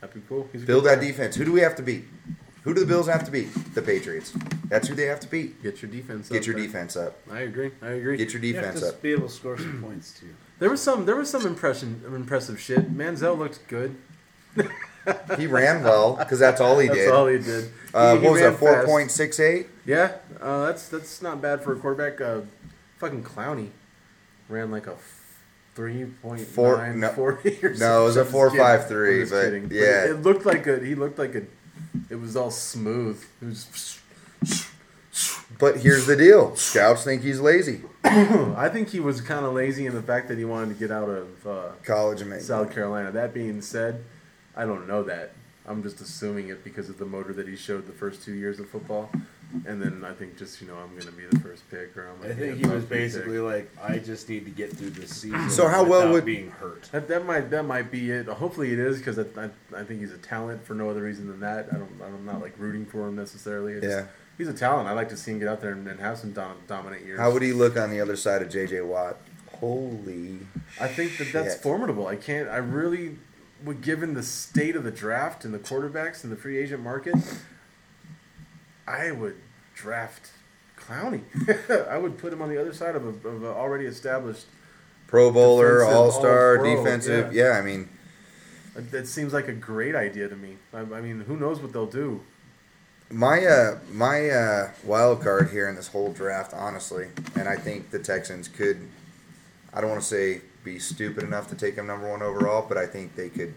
That'd be cool. He's a Build good that player. defense. Who do we have to beat? Who do the Bills have to beat? The Patriots. That's who they have to beat. Get your defense. Get up your there. defense up. I agree. I agree. Get your defense you have up. to be able to score some points, too. there was some. There was some impression. Impressive shit. Manziel looked good. He ran well because that's all he That's did. all he did. uh, He- he what was ran that? Four fast. point six eight. Yeah. Uh, that's that's not bad for a quarterback. Uh, fucking Clowney ran like a. Three point Four- nine no. forty or No, it was a something. four I'm just kidding. five three, I'm just but kidding. it- yeah. it, looked like a. He looked like a. It was all smooth. It was But here's the deal: scouts think he's lazy. I think he was kind of lazy in the fact that he wanted to get out of uh, College and South Carolina. That being said, I don't know that. I'm just assuming it because of the motor that he showed the first two years of football, and then I think just you know I'm going to be the first pick or I'm. I Gonna be think the he was top pick. basically like, I just need to get through this season. So how well without would- being hurt? That, that might that might be it. Hopefully it is because I, I, I think he's a talent for no other reason than that. I don't I'm not like rooting for him necessarily. I just- Yeah. He's a talent. I like to see him get out there and, and have some dom- dominant years. How would he look on the other side of J.J. Watt? Holy! I think that that's Shit. formidable. I can't. I really, would given the state of the draft and the quarterbacks and the free agent market, I would draft Clowney. I would put him on the other side of a, of a already established. Pro Bowler, Defensive, All Star, All-Pro, defensive. Yeah. I mean, That seems like a great idea to me. I, I mean, who knows what they'll do? my uh, my uh, wild card here in this whole draft, honestly, and I think the Texans could. I don't want to say be stupid enough to take him number one overall, but I think they could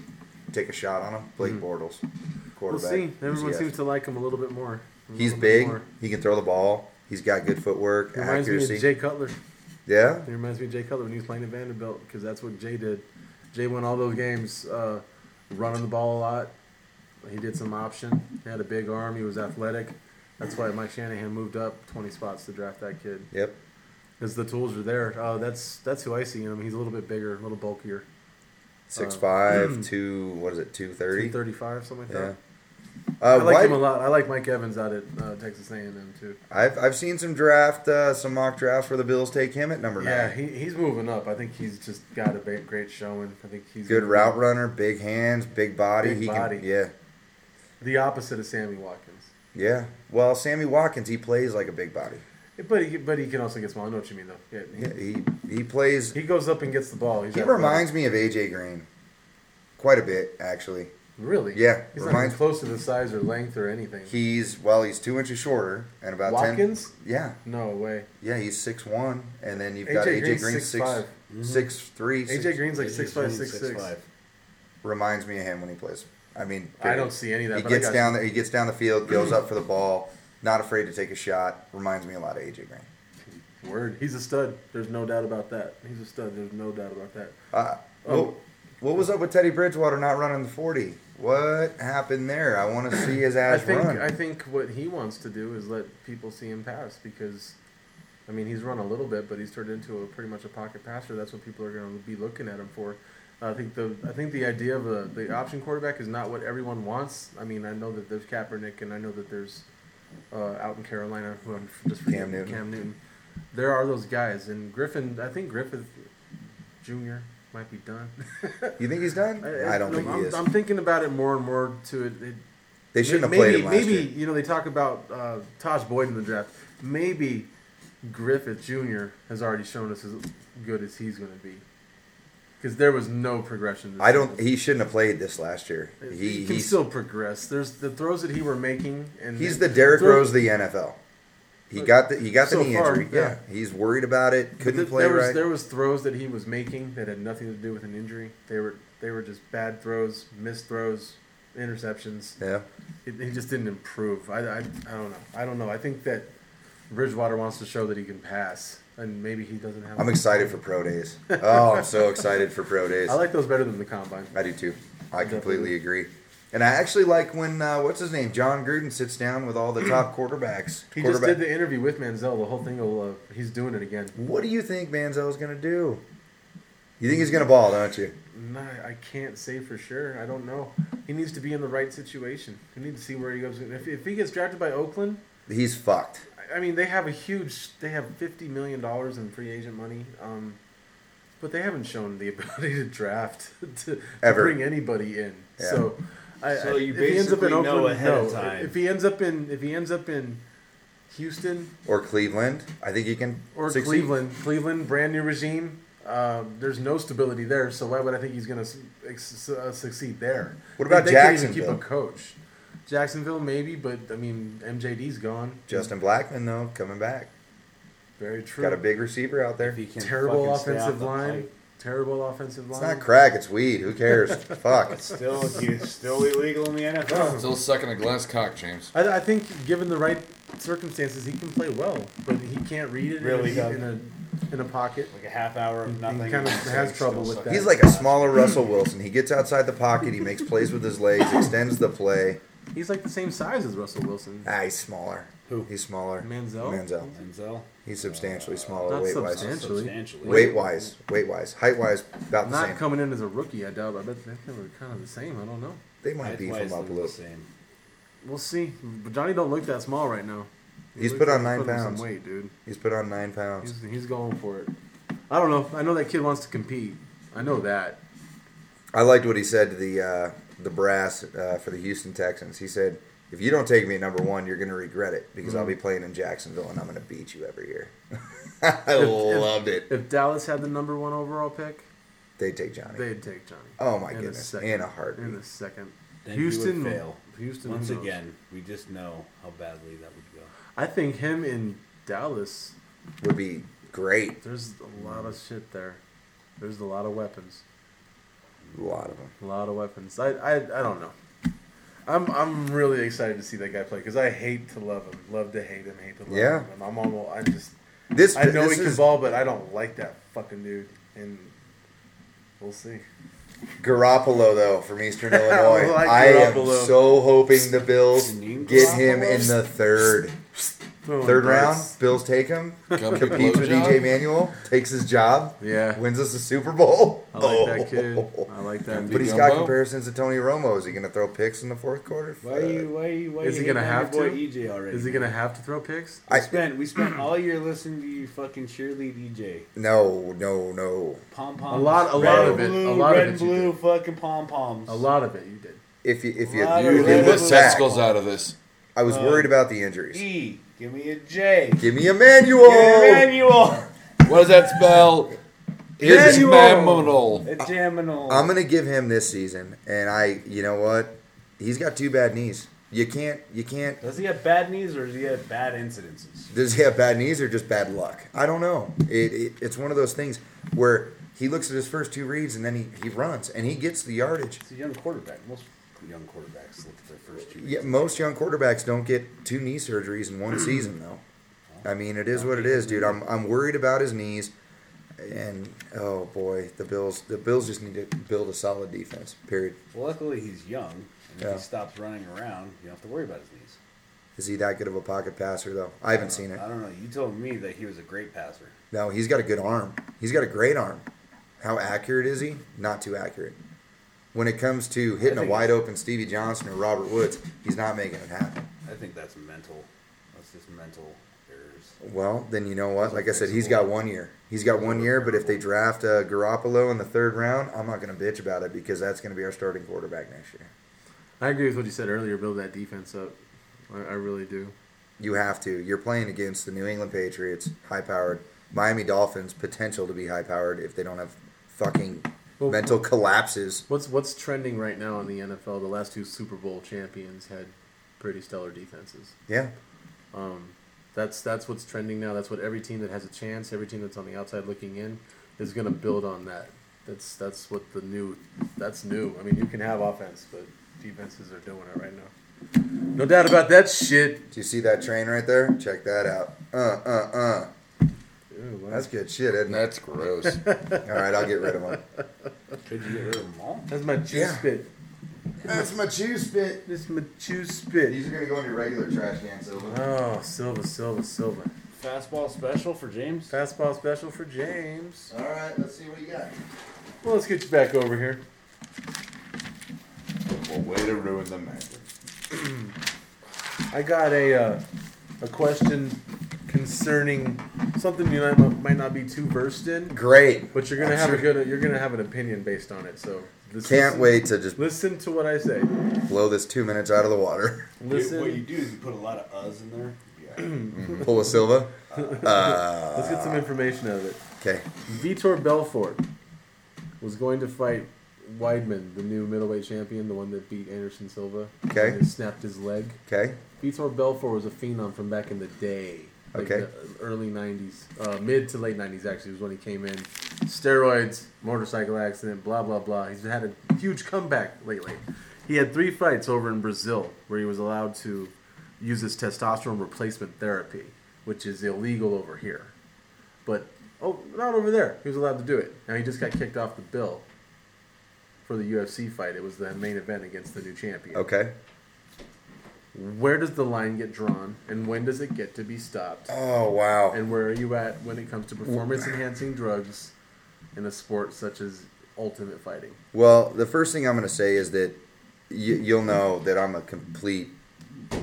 take a shot on him. Blake Bortles, Mm-hmm. We'll quarterback. see. Everyone UCF. seems to like him a little bit more. A He's little bit big. more. He can throw the ball. He's got good footwork, He reminds accuracy. me of Jay Cutler. Yeah, It reminds me of Jay Cutler when he was playing at Vanderbilt because that's what Jay did. Jay won all those games, uh, running the ball a lot. He did some option. He had a big arm. He was athletic. That's why Mike Shanahan moved up 20 spots to draft that kid yep. Uh, because the tools are there. Uh, that's that's who I see in him. He's a little bit bigger, a little bulkier. mm. Six five two. What is it? Two thirty. 235, something like Yeah. that. Uh, I like why- him a lot. I like Mike Evans out at uh, Texas A&M too. I've, I've seen some draft, uh, some mock drafts where the Bills take him at number Yeah, nine. he, he's moving up. I think he's just got a ba- great showing. I think he's Good route runner, big hands, big body. Big he body. can, yeah, The opposite of Sammy Watkins, yeah. Well, Sammy Watkins, he plays like a big body. but he but he can also get small. I know what you mean though. Yeah, he, Yeah, he he plays. he goes up and gets the ball. He's He athletic. reminds me of AJ Green, quite a bit actually. really. Yeah, he's reminds- not even close to the size or length or anything. He's well, he's two inches shorter and about ten. Watkins? Yeah, No way. yeah, he's six one, and then you've AJ got AJ Green Green's Mm-hmm. six six 6'5". three, six- AJ Green's like six five, six six. reminds me of him when he plays. I mean, I period. don't see any of that. He but I gets got down there. He gets down the field, goes up for the ball, not afraid to take a shot. Reminds me a lot of AJ Green. you. Word. He's a stud. There's no doubt about that. He's a stud. There's no doubt about that. Uh, Oh. what, what was up with Teddy Bridgewater not running the forty? What happened there? I want to see his I ass think run. I think what he wants to do is let people see him pass because, I mean, he's run a little bit, but he's turned into a pretty much a pocket passer. That's what people are going to be looking at him for. I think the I think the idea of a, the option quarterback is not what everyone wants. I mean, I know that there's Kaepernick, and I know that there's uh, out in Carolina who I'm just forgetting Cam Newton. Cam Newton. There are those guys, and Griffin. I think Griffith Jr. might be done. you think he's done? I, don't think I'm, he is. I'm thinking about it more and more. To it, it they shouldn't maybe, have played him last Maybe year. you know they talk about uh, Taj Boyd in the draft. Maybe Griffith Jr. has already shown us as good as he's going to be, because there was no progression. This I don't. season. He shouldn't have played this last year. He, He can he's still progress. There's the throws that he were making, and he's the Derrick throw- Rose of the NFL. He got the he got the So knee far, injury. yeah. Yeah. he's worried about it. Couldn't th- play there was, right. There was throws that he was making that had nothing to do with an injury. They were they were just bad throws, missed throws, interceptions. yeah. He he just didn't improve. I, I, I don't know. I don't know. I think that Bridgewater wants to show that he can pass, and maybe he doesn't have. I'm excited for pro days. Oh, I'm so excited for pro days. I like those better than the combine. I do too. I completely agree. And I actually like when uh, what's his name, John Gruden, sits down with all the top quarterbacks. He just Quarterback- did the interview with Manziel. The whole thing. Will, uh, he's doing it again. what do you think Manziel's going to do? You think he's going to ball, don't you? No, I can't say for sure. I don't know. He needs to be in the right situation. We need to see where he goes. If, if he gets drafted by Oakland, He's fucked. I- I mean, they have a huge. They have fifty million dollars in free agent money, um, but they haven't shown the ability to draft to Ever. bring anybody in. Yeah. So, I, So I- you if he ends up in basically know Oakland, ahead no. of time. If he ends up in if he ends up in Houston Or Cleveland? I think he can. or succeed. Cleveland, Cleveland, brand new regime. Uh, there's no stability there, so why would I think he's going to uh, succeed there? What about they can't even Jacksonville? Keep a coach. Jacksonville, maybe, but I mean, MJD's gone. Justin Blackman though coming back. Very true. Got a big receiver out there. If he can terrible fucking stay off offensive the line. plate. Terrible offensive line. It's not crack. It's weed. Who cares? Fuck. Still, he's still illegal in the NFL. Still sucking a glass cock, James. I, I think, given the right circumstances, he can play well, but he can't read it Really in, a, doesn't. in a in a pocket. Like a half hour of nothing. kind of has trouble with that. He's like a smaller Russell Wilson. He gets outside the pocket. He makes plays with his legs. Extends the play. He's like the same size as Russell Wilson. Ah, he's smaller. Who? He's smaller. Manziel? Manziel. Manziel. He's substantially smaller Not weight wise. substantially. Substantially. Weight wise, weight wise, height wise, about the Not same. coming in as a rookie, I doubt. I bet they were kind of the same. I don't know. they might beef him Height-wise, up a they're little. the same. We'll see. But Johnny don't look that small right now. He He's looks put like on nine put pounds. Some weight, dude. He's put on nine pounds. He's, he's going for it. I don't know. I know that kid wants to compete. I know that. I liked what he said to the uh, the brass uh, for the Houston Texans. He said, "If you don't take me at number one, you're going to regret it because Mm-hmm. I'll be playing in Jacksonville and I'm going to beat you every year." I loved it. If Dallas had the number one overall pick, They take Johnny. they'd take Johnny. oh my in a goodness! second. In a heartbeat. in a second. Then he would Houston fail. Houston Once who knows? again, we just know how badly that would go. I think him in Dallas. Would be great. There's a lot of shit there. There's a lot of weapons. A lot of them. A lot of weapons. I I, I don't know. I'm I'm really excited to see that guy play because I hate to love him, love to hate him, hate to love Yeah. him. I'm almost I just This I know this he can is ball, but I don't like that fucking dude. And we'll see. Garoppolo though from Eastern Illinois. like I am Garoppolo. so hoping the Bills Name get him in Garoppolo? the third. Third round, Bills take him. Come get Competes with blowjob? EJ Manuel, takes his job, Yeah. wins us the Super Bowl. I like that kid. I like that. But he's got comparisons to Tony Romo. Is he going to throw picks in the fourth quarter? Uh, Why you, why you, why Is you he hating gonna on your have boy to? EJ already? Is he gonna have to throw picks? I- We spent we spent all year listening to you fucking cheerlead EJ No, no, no. pom pom. A lot, a lot of it, a Blue, lot red of it. and blue You did. fucking pom poms. A lot of it you did. If you if you, Lot You of leave leave the red this back, testicles out of this. I was worried about the injuries. E. Give me a J. Give me Emmanuel. Emmanuel. What does that spell? It's mammal. A Jaminal. I'm gonna give him this season, and I, you know what? He's got two bad knees. You can't, you can't. Does he have bad knees or does he have bad incidences? Does he have bad knees or just bad luck? I don't know. It, it it's one of those things where he looks at his first two reads and then he, he runs and he gets the yardage. He's a young quarterback. Most young quarterbacks look at their first two. Yeah, most young quarterbacks don't get two knee surgeries in one season, though. I mean, it is what it is, dude. I'm I'm worried about his knees, and oh boy, the Bills the Bills just need to build a solid defense. Period. Well, luckily he's young, and Yeah. if he stops running around, you don't have to worry about his knees. Is he that good of a pocket passer though? I haven't seen it. I don't know. You told me that he was a great passer. No, he's got a good arm. He's got a great arm. How accurate is he? Not too accurate. When it comes to hitting a think- wide open Stevie Johnson or Robert Woods, he's not making it happen. I think that's mental. That's just mental errors. Well, then you know what? Like I said, he's got one year. He's got one year, but if they draft uh, Garoppolo in the third round, I'm not going to bitch about it because that's going to be our starting quarterback next year. I agree with what you said earlier. Build that defense up. I, I really do. You have to. You're playing against the New England Patriots, high powered. Miami Dolphins, potential to be high powered if they don't have fucking Well, mental collapses. What's what's trending right now in the NFL? The last two Super Bowl champions had pretty stellar defenses. Yeah. Um, that's that's what's trending now. That's what every team that has a chance, every team that's on the outside looking in, is going to build on that. That's that's what the new. That's new. I mean, you can have offense, but defenses are doing it right now. No doubt about that shit. Do you see that train right there? Check that out. Uh, uh, uh. Ew, wow. That's good shit, isn't it? That's gross. All right, I'll get rid of one. Could you get rid of them all? That's my chew Yeah. spit. That's my chew spit. That's my chew spit. These are gonna go in your regular trash can, Silva. Oh, Silva, Silva, Silva. Fastball special for James. Fastball special for James. All right, let's see what you got. Well, let's get you back over here. well, way to ruin the magic. I got a uh, a question concerning something you might, might not be too versed in, Great. but you're gonna have a good you're gonna have an opinion based on it. So this listen, Can't wait to just Listen to what I say. blow this two minutes out of the water. Listen. what you do is you put a lot of uhs in there. Pull a Silva. let's get some information out of it. Uh, Okay. Vitor Belfort was going to fight Weidman, the new middleweight champion, the one that beat Anderson Silva. Okay. and snapped his leg. Okay. Vitor Belfort was a phenom from back in the day. Like Okay. The early 90s, uh, mid to late 90s, actually, was when he came in. Steroids, motorcycle accident, blah, blah, blah. He's had a huge comeback lately. He had three fights over in Brazil where he was allowed to use his testosterone replacement therapy, which is illegal over here. But, oh, not over there. He was allowed to do it. Now, he just got kicked off the bill for the UFC fight. It was the main event against the new champion Okay. where does the line get drawn and when does it get to be stopped Oh wow. and where are you at when it comes to performance enhancing drugs in a sport such as ultimate fighting Well, the first thing I'm gonna say is that you, you'll know that I'm a complete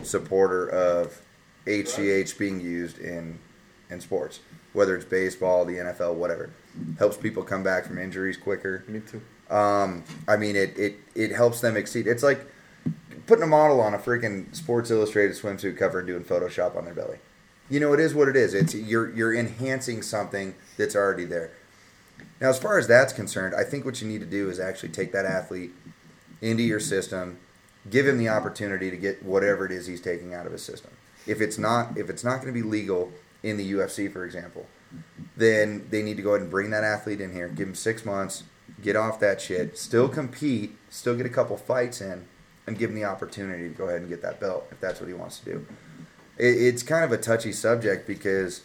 supporter of HGH being used in in sports, whether it's baseball, the NFL, whatever. Helps people come back from injuries quicker. me too Um, I mean, it, it, it helps them exceed. It's like putting a model on a freaking Sports Illustrated swimsuit cover and doing Photoshop on their belly. You know, it is what it is. It's you're you're enhancing something that's already there. Now, as far as that's concerned, I think what you need to do is actually take that athlete into your system, give him the opportunity to get whatever it is he's taking out of his system. If it's not if it's not going to be legal in the UFC, for example, then they need to go ahead and bring that athlete in here, give him six months, get off that shit, still compete, still get a couple fights in, and give him the opportunity to go ahead and get that belt if that's what he wants to do. It, it's kind of a touchy subject because,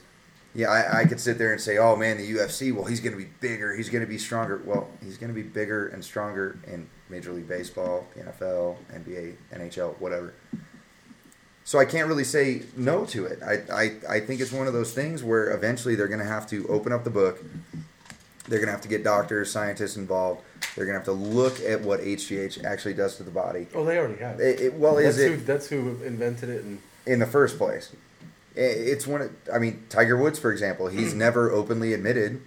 yeah, I, I could sit there and say, oh man, the UFC, well, he's going to be bigger, he's going to be stronger. Well, he's going to be bigger and stronger in Major League Baseball, the NFL, NBA, NHL, whatever. So I can't really say no to it. I, I, I think it's one of those things where eventually they're going to have to open up the book. They're going to have to get doctors, scientists involved. They're going to have to look at what HGH actually does to the body. Oh, they already have. It, it, well, that's is it who that's who invented it and in the first place. I- It's one. Of, I mean, Tiger Woods, for example, he's never openly admitted.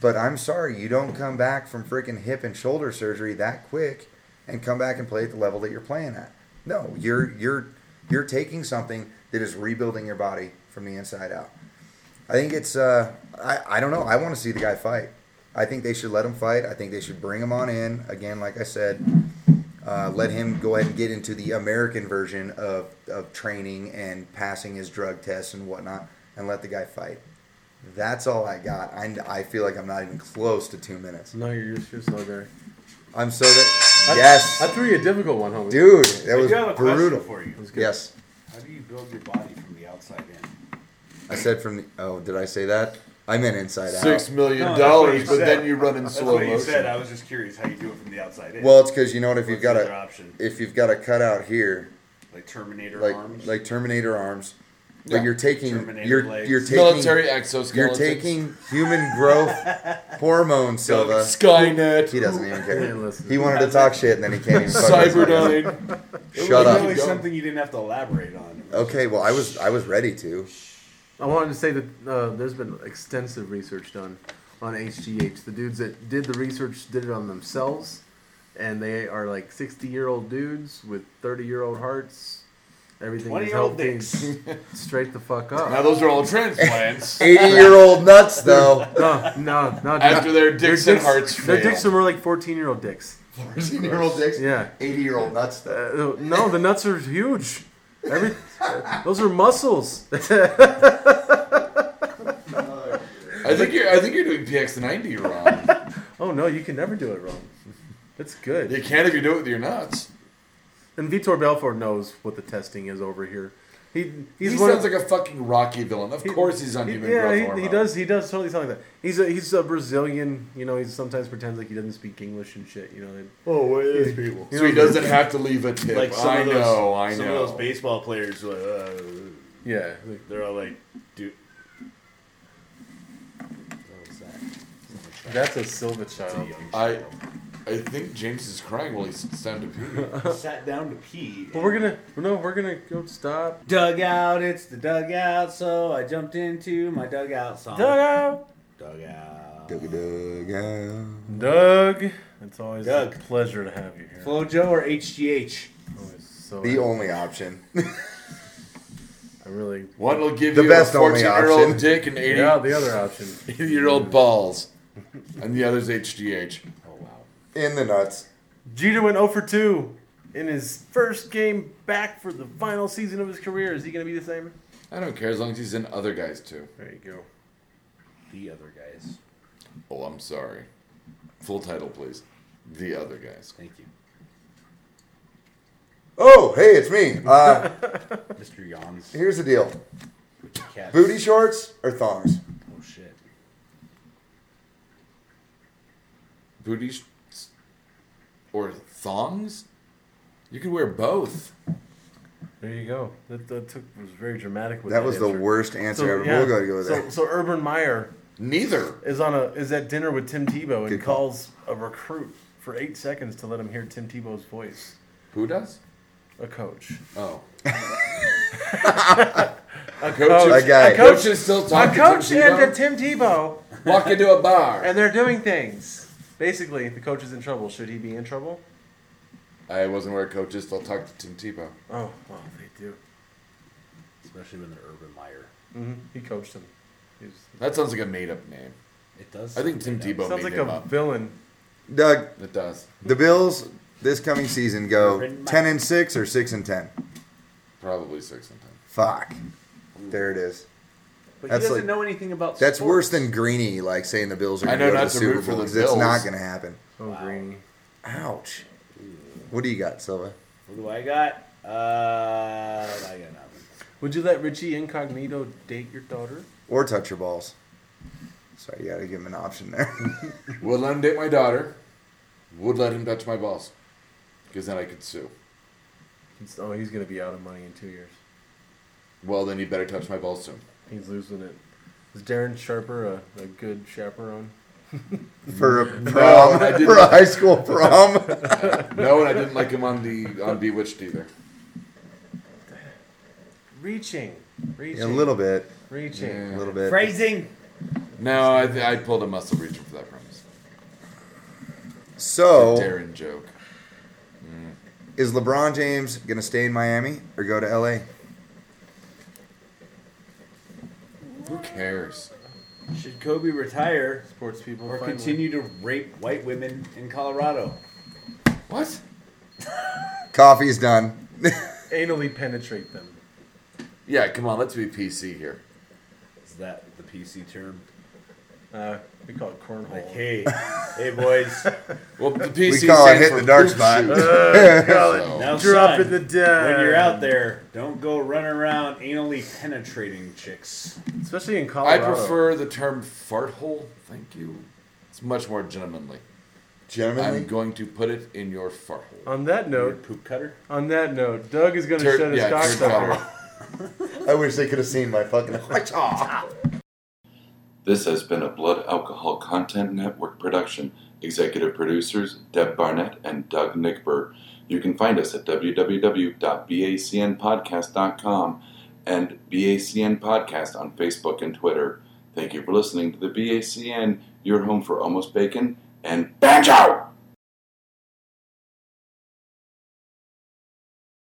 But I'm sorry, you don't come back from freaking hip and shoulder surgery that quick, and come back and play at the level that you're playing at. No, you're you're you're taking something that is rebuilding your body from the inside out. I think it's. Uh, I I don't know. I want to see the guy fight. I think they should let him fight. I think they should bring him on in again. Like I said, uh, let him go ahead and get into the American version of, of training and passing his drug tests and whatnot, and let the guy fight. That's all I got. I, I feel like I'm not even close to two minutes. No, you're just you're slow, Gary. I'm so that yes, I threw you a difficult one, homie. dude, that I was do have a question brutal. for you. Yes, How do you build your body from the outside in? I said from the. Oh, did I say that? I meant inside Six out. million No, that's what dollars, you but said. then you run in That's slow what you motion. said. I was just curious how you do it from the outside in. Well, it's because you know what? If you've What's got the other a option? if you've got a cutout here, like Terminator like arms. like Terminator arms, Yeah. but you're taking Terminator you're legs. you're taking Military exoskeleton. You're taking human growth hormone, Silva. He Skynet, doesn't even didn't care. listen. He wanted to talk shit, and then he can't even. fucking listen. Cyberdyne. Shut It's Keep really up. going. something you didn't have to elaborate on. Okay, well, I was I was ready to. I wanted to say that uh, there's been extensive research done on HGH. The dudes that did the research did it on themselves, and they are like 60 year old dudes with 30 year old hearts. Everything is 20-year-old healthy. Straight the fuck up. Now those are all transplants. Eighty year old nuts though. no, no, no. dude. After their dicks and hearts Their dicks are fail. more like 14 year old dicks. Fourteen year old dicks. Yeah. Eighty year old nuts though. Uh, no, the nuts are huge. Every, uh, those are muscles. I think you're. I think you're doing PX ninety wrong. oh no, you can never do it wrong. It's good. You can if you do it with your nuts. And Vitor Belfort knows what the testing is over here. He he's he one sounds of, like a fucking Rocky villain. Of he- course, he's on he- human yeah, growth he, hormone. he does he does totally sound like that. He's a he's a Brazilian. You know, he sometimes pretends like he doesn't speak English and shit. You know, and- Oh, what is people? So he doesn't have to leave a tip. Like some I of those, know. I know. Some of those baseball players, uh, yeah. like- they're all like, dude. That's a Silva child. I, I think James is crying while he's down to pee. Sat down to pee. Well, we're gonna no, we're gonna go stop. Dugout, it's the dugout, so I jumped into my dugout song. Dugout, Dugout. Dug a dug out. Doug. It's always Doug. a pleasure to have you here. Flojo or HGH? Always so The only option. I really One will give The you best a only fourteen-year-old option. dick and eighty yeah. The other option. year old balls, and the other's HGH. Oh, In the nuts. Jeter went 0 for 2 in his first game back for the final season of his career. Is he gonna be the same? I don't care as long as he's in other guys too. There you go. The other guys. Oh, I'm sorry. Full title, please. The other guys. Thank you. Oh, hey, it's me. Uh, Mr. Yawns. here's the deal: Cats. booty shorts or thongs. Oh, shit. Booty sh- or thongs? You could wear both. There you go. That, that took was very dramatic. With That was the answer. worst answer ever. yeah. We'll go to go there. So, so Urban Meyer Neither. is on a is at dinner with Tim Tebow and Good call. calls a recruit for eight seconds to let him hear Tim Tebow's voice. Who does? A coach. Oh. a coach, A is, guy. a coach is still A talking. coach to and a and Tim Tebow, walk into a bar. and they're doing things. Basically, the coach is in trouble. Should he be in trouble? I wasn't aware coaches still talk to Tim Tebow. Oh, well, they do. Especially when they're Urban Meyer. hmm He coached him. He was, That sounds like a made-up name. It does. I think Tim Tebow sounds made like him a up. villain. Doug, It does. the Bills this coming season go ten and six or six and ten. Probably six and ten. Fuck. There it is. But That's he doesn't like- know anything about That's worse sports. than Greeny, like saying the Bills are I going know to go to not to the Super root for Bowl the because it's Bills. not going to happen. Oh, Greeny. Ouch. What do you got, Silva? What do I got? Uh, I got nothing. Would you let Richie Incognito date your daughter? Or touch your balls? Sorry, you got to give him an option there. Would let him date my daughter. Would let him touch my balls. Because then I could sue. He's, oh, he's gonna be out of money in two years. Well, then you better touch my balls soon. He's losing it. Is Darren Sharper a, a good chaperone? for a prom, I didn't. for a high school prom. No, and I didn't like him on the on Bewitched either. Reaching, reaching, a little bit, reaching. a little bit. Phrasing. No, I, th- I pulled a muscle region for that premise. So, Darren joke. is LeBron James gonna stay in Miami or go to LA? Who cares? Should Kobe retire Sports people or find continue to rape white women in Colorado? What? Coffee's done. one. anally penetrate them. Yeah, come on, let's be PC here. Is that the PC term? Uh, we call it cornhole. Like, hey, hey, boys, Well, the PC call it stands hit for the dark poop spot. shoot. Uh, So, now Drop son, in the dead. when you're out there, don't go running around anally penetrating chicks. especially in I Colorado. prefer the term fart hole. Thank you. It's much more gentlemanly. I'm Gentlemen, going to put it in your fart hole. On that note, Poop cutter. on that note, Doug is gonna Turd- shut his yeah, cock turd sucker. cutter. I wish they could have seen my fucking. This has been a Blood Alcohol Content Network production. Executive producers Deb Barnett and Doug Nickberg. You can find us at www.bacnpodcast.com and BACN Podcast on Facebook and Twitter. Thank you for listening to the BACN, your home for almost bacon and banjo!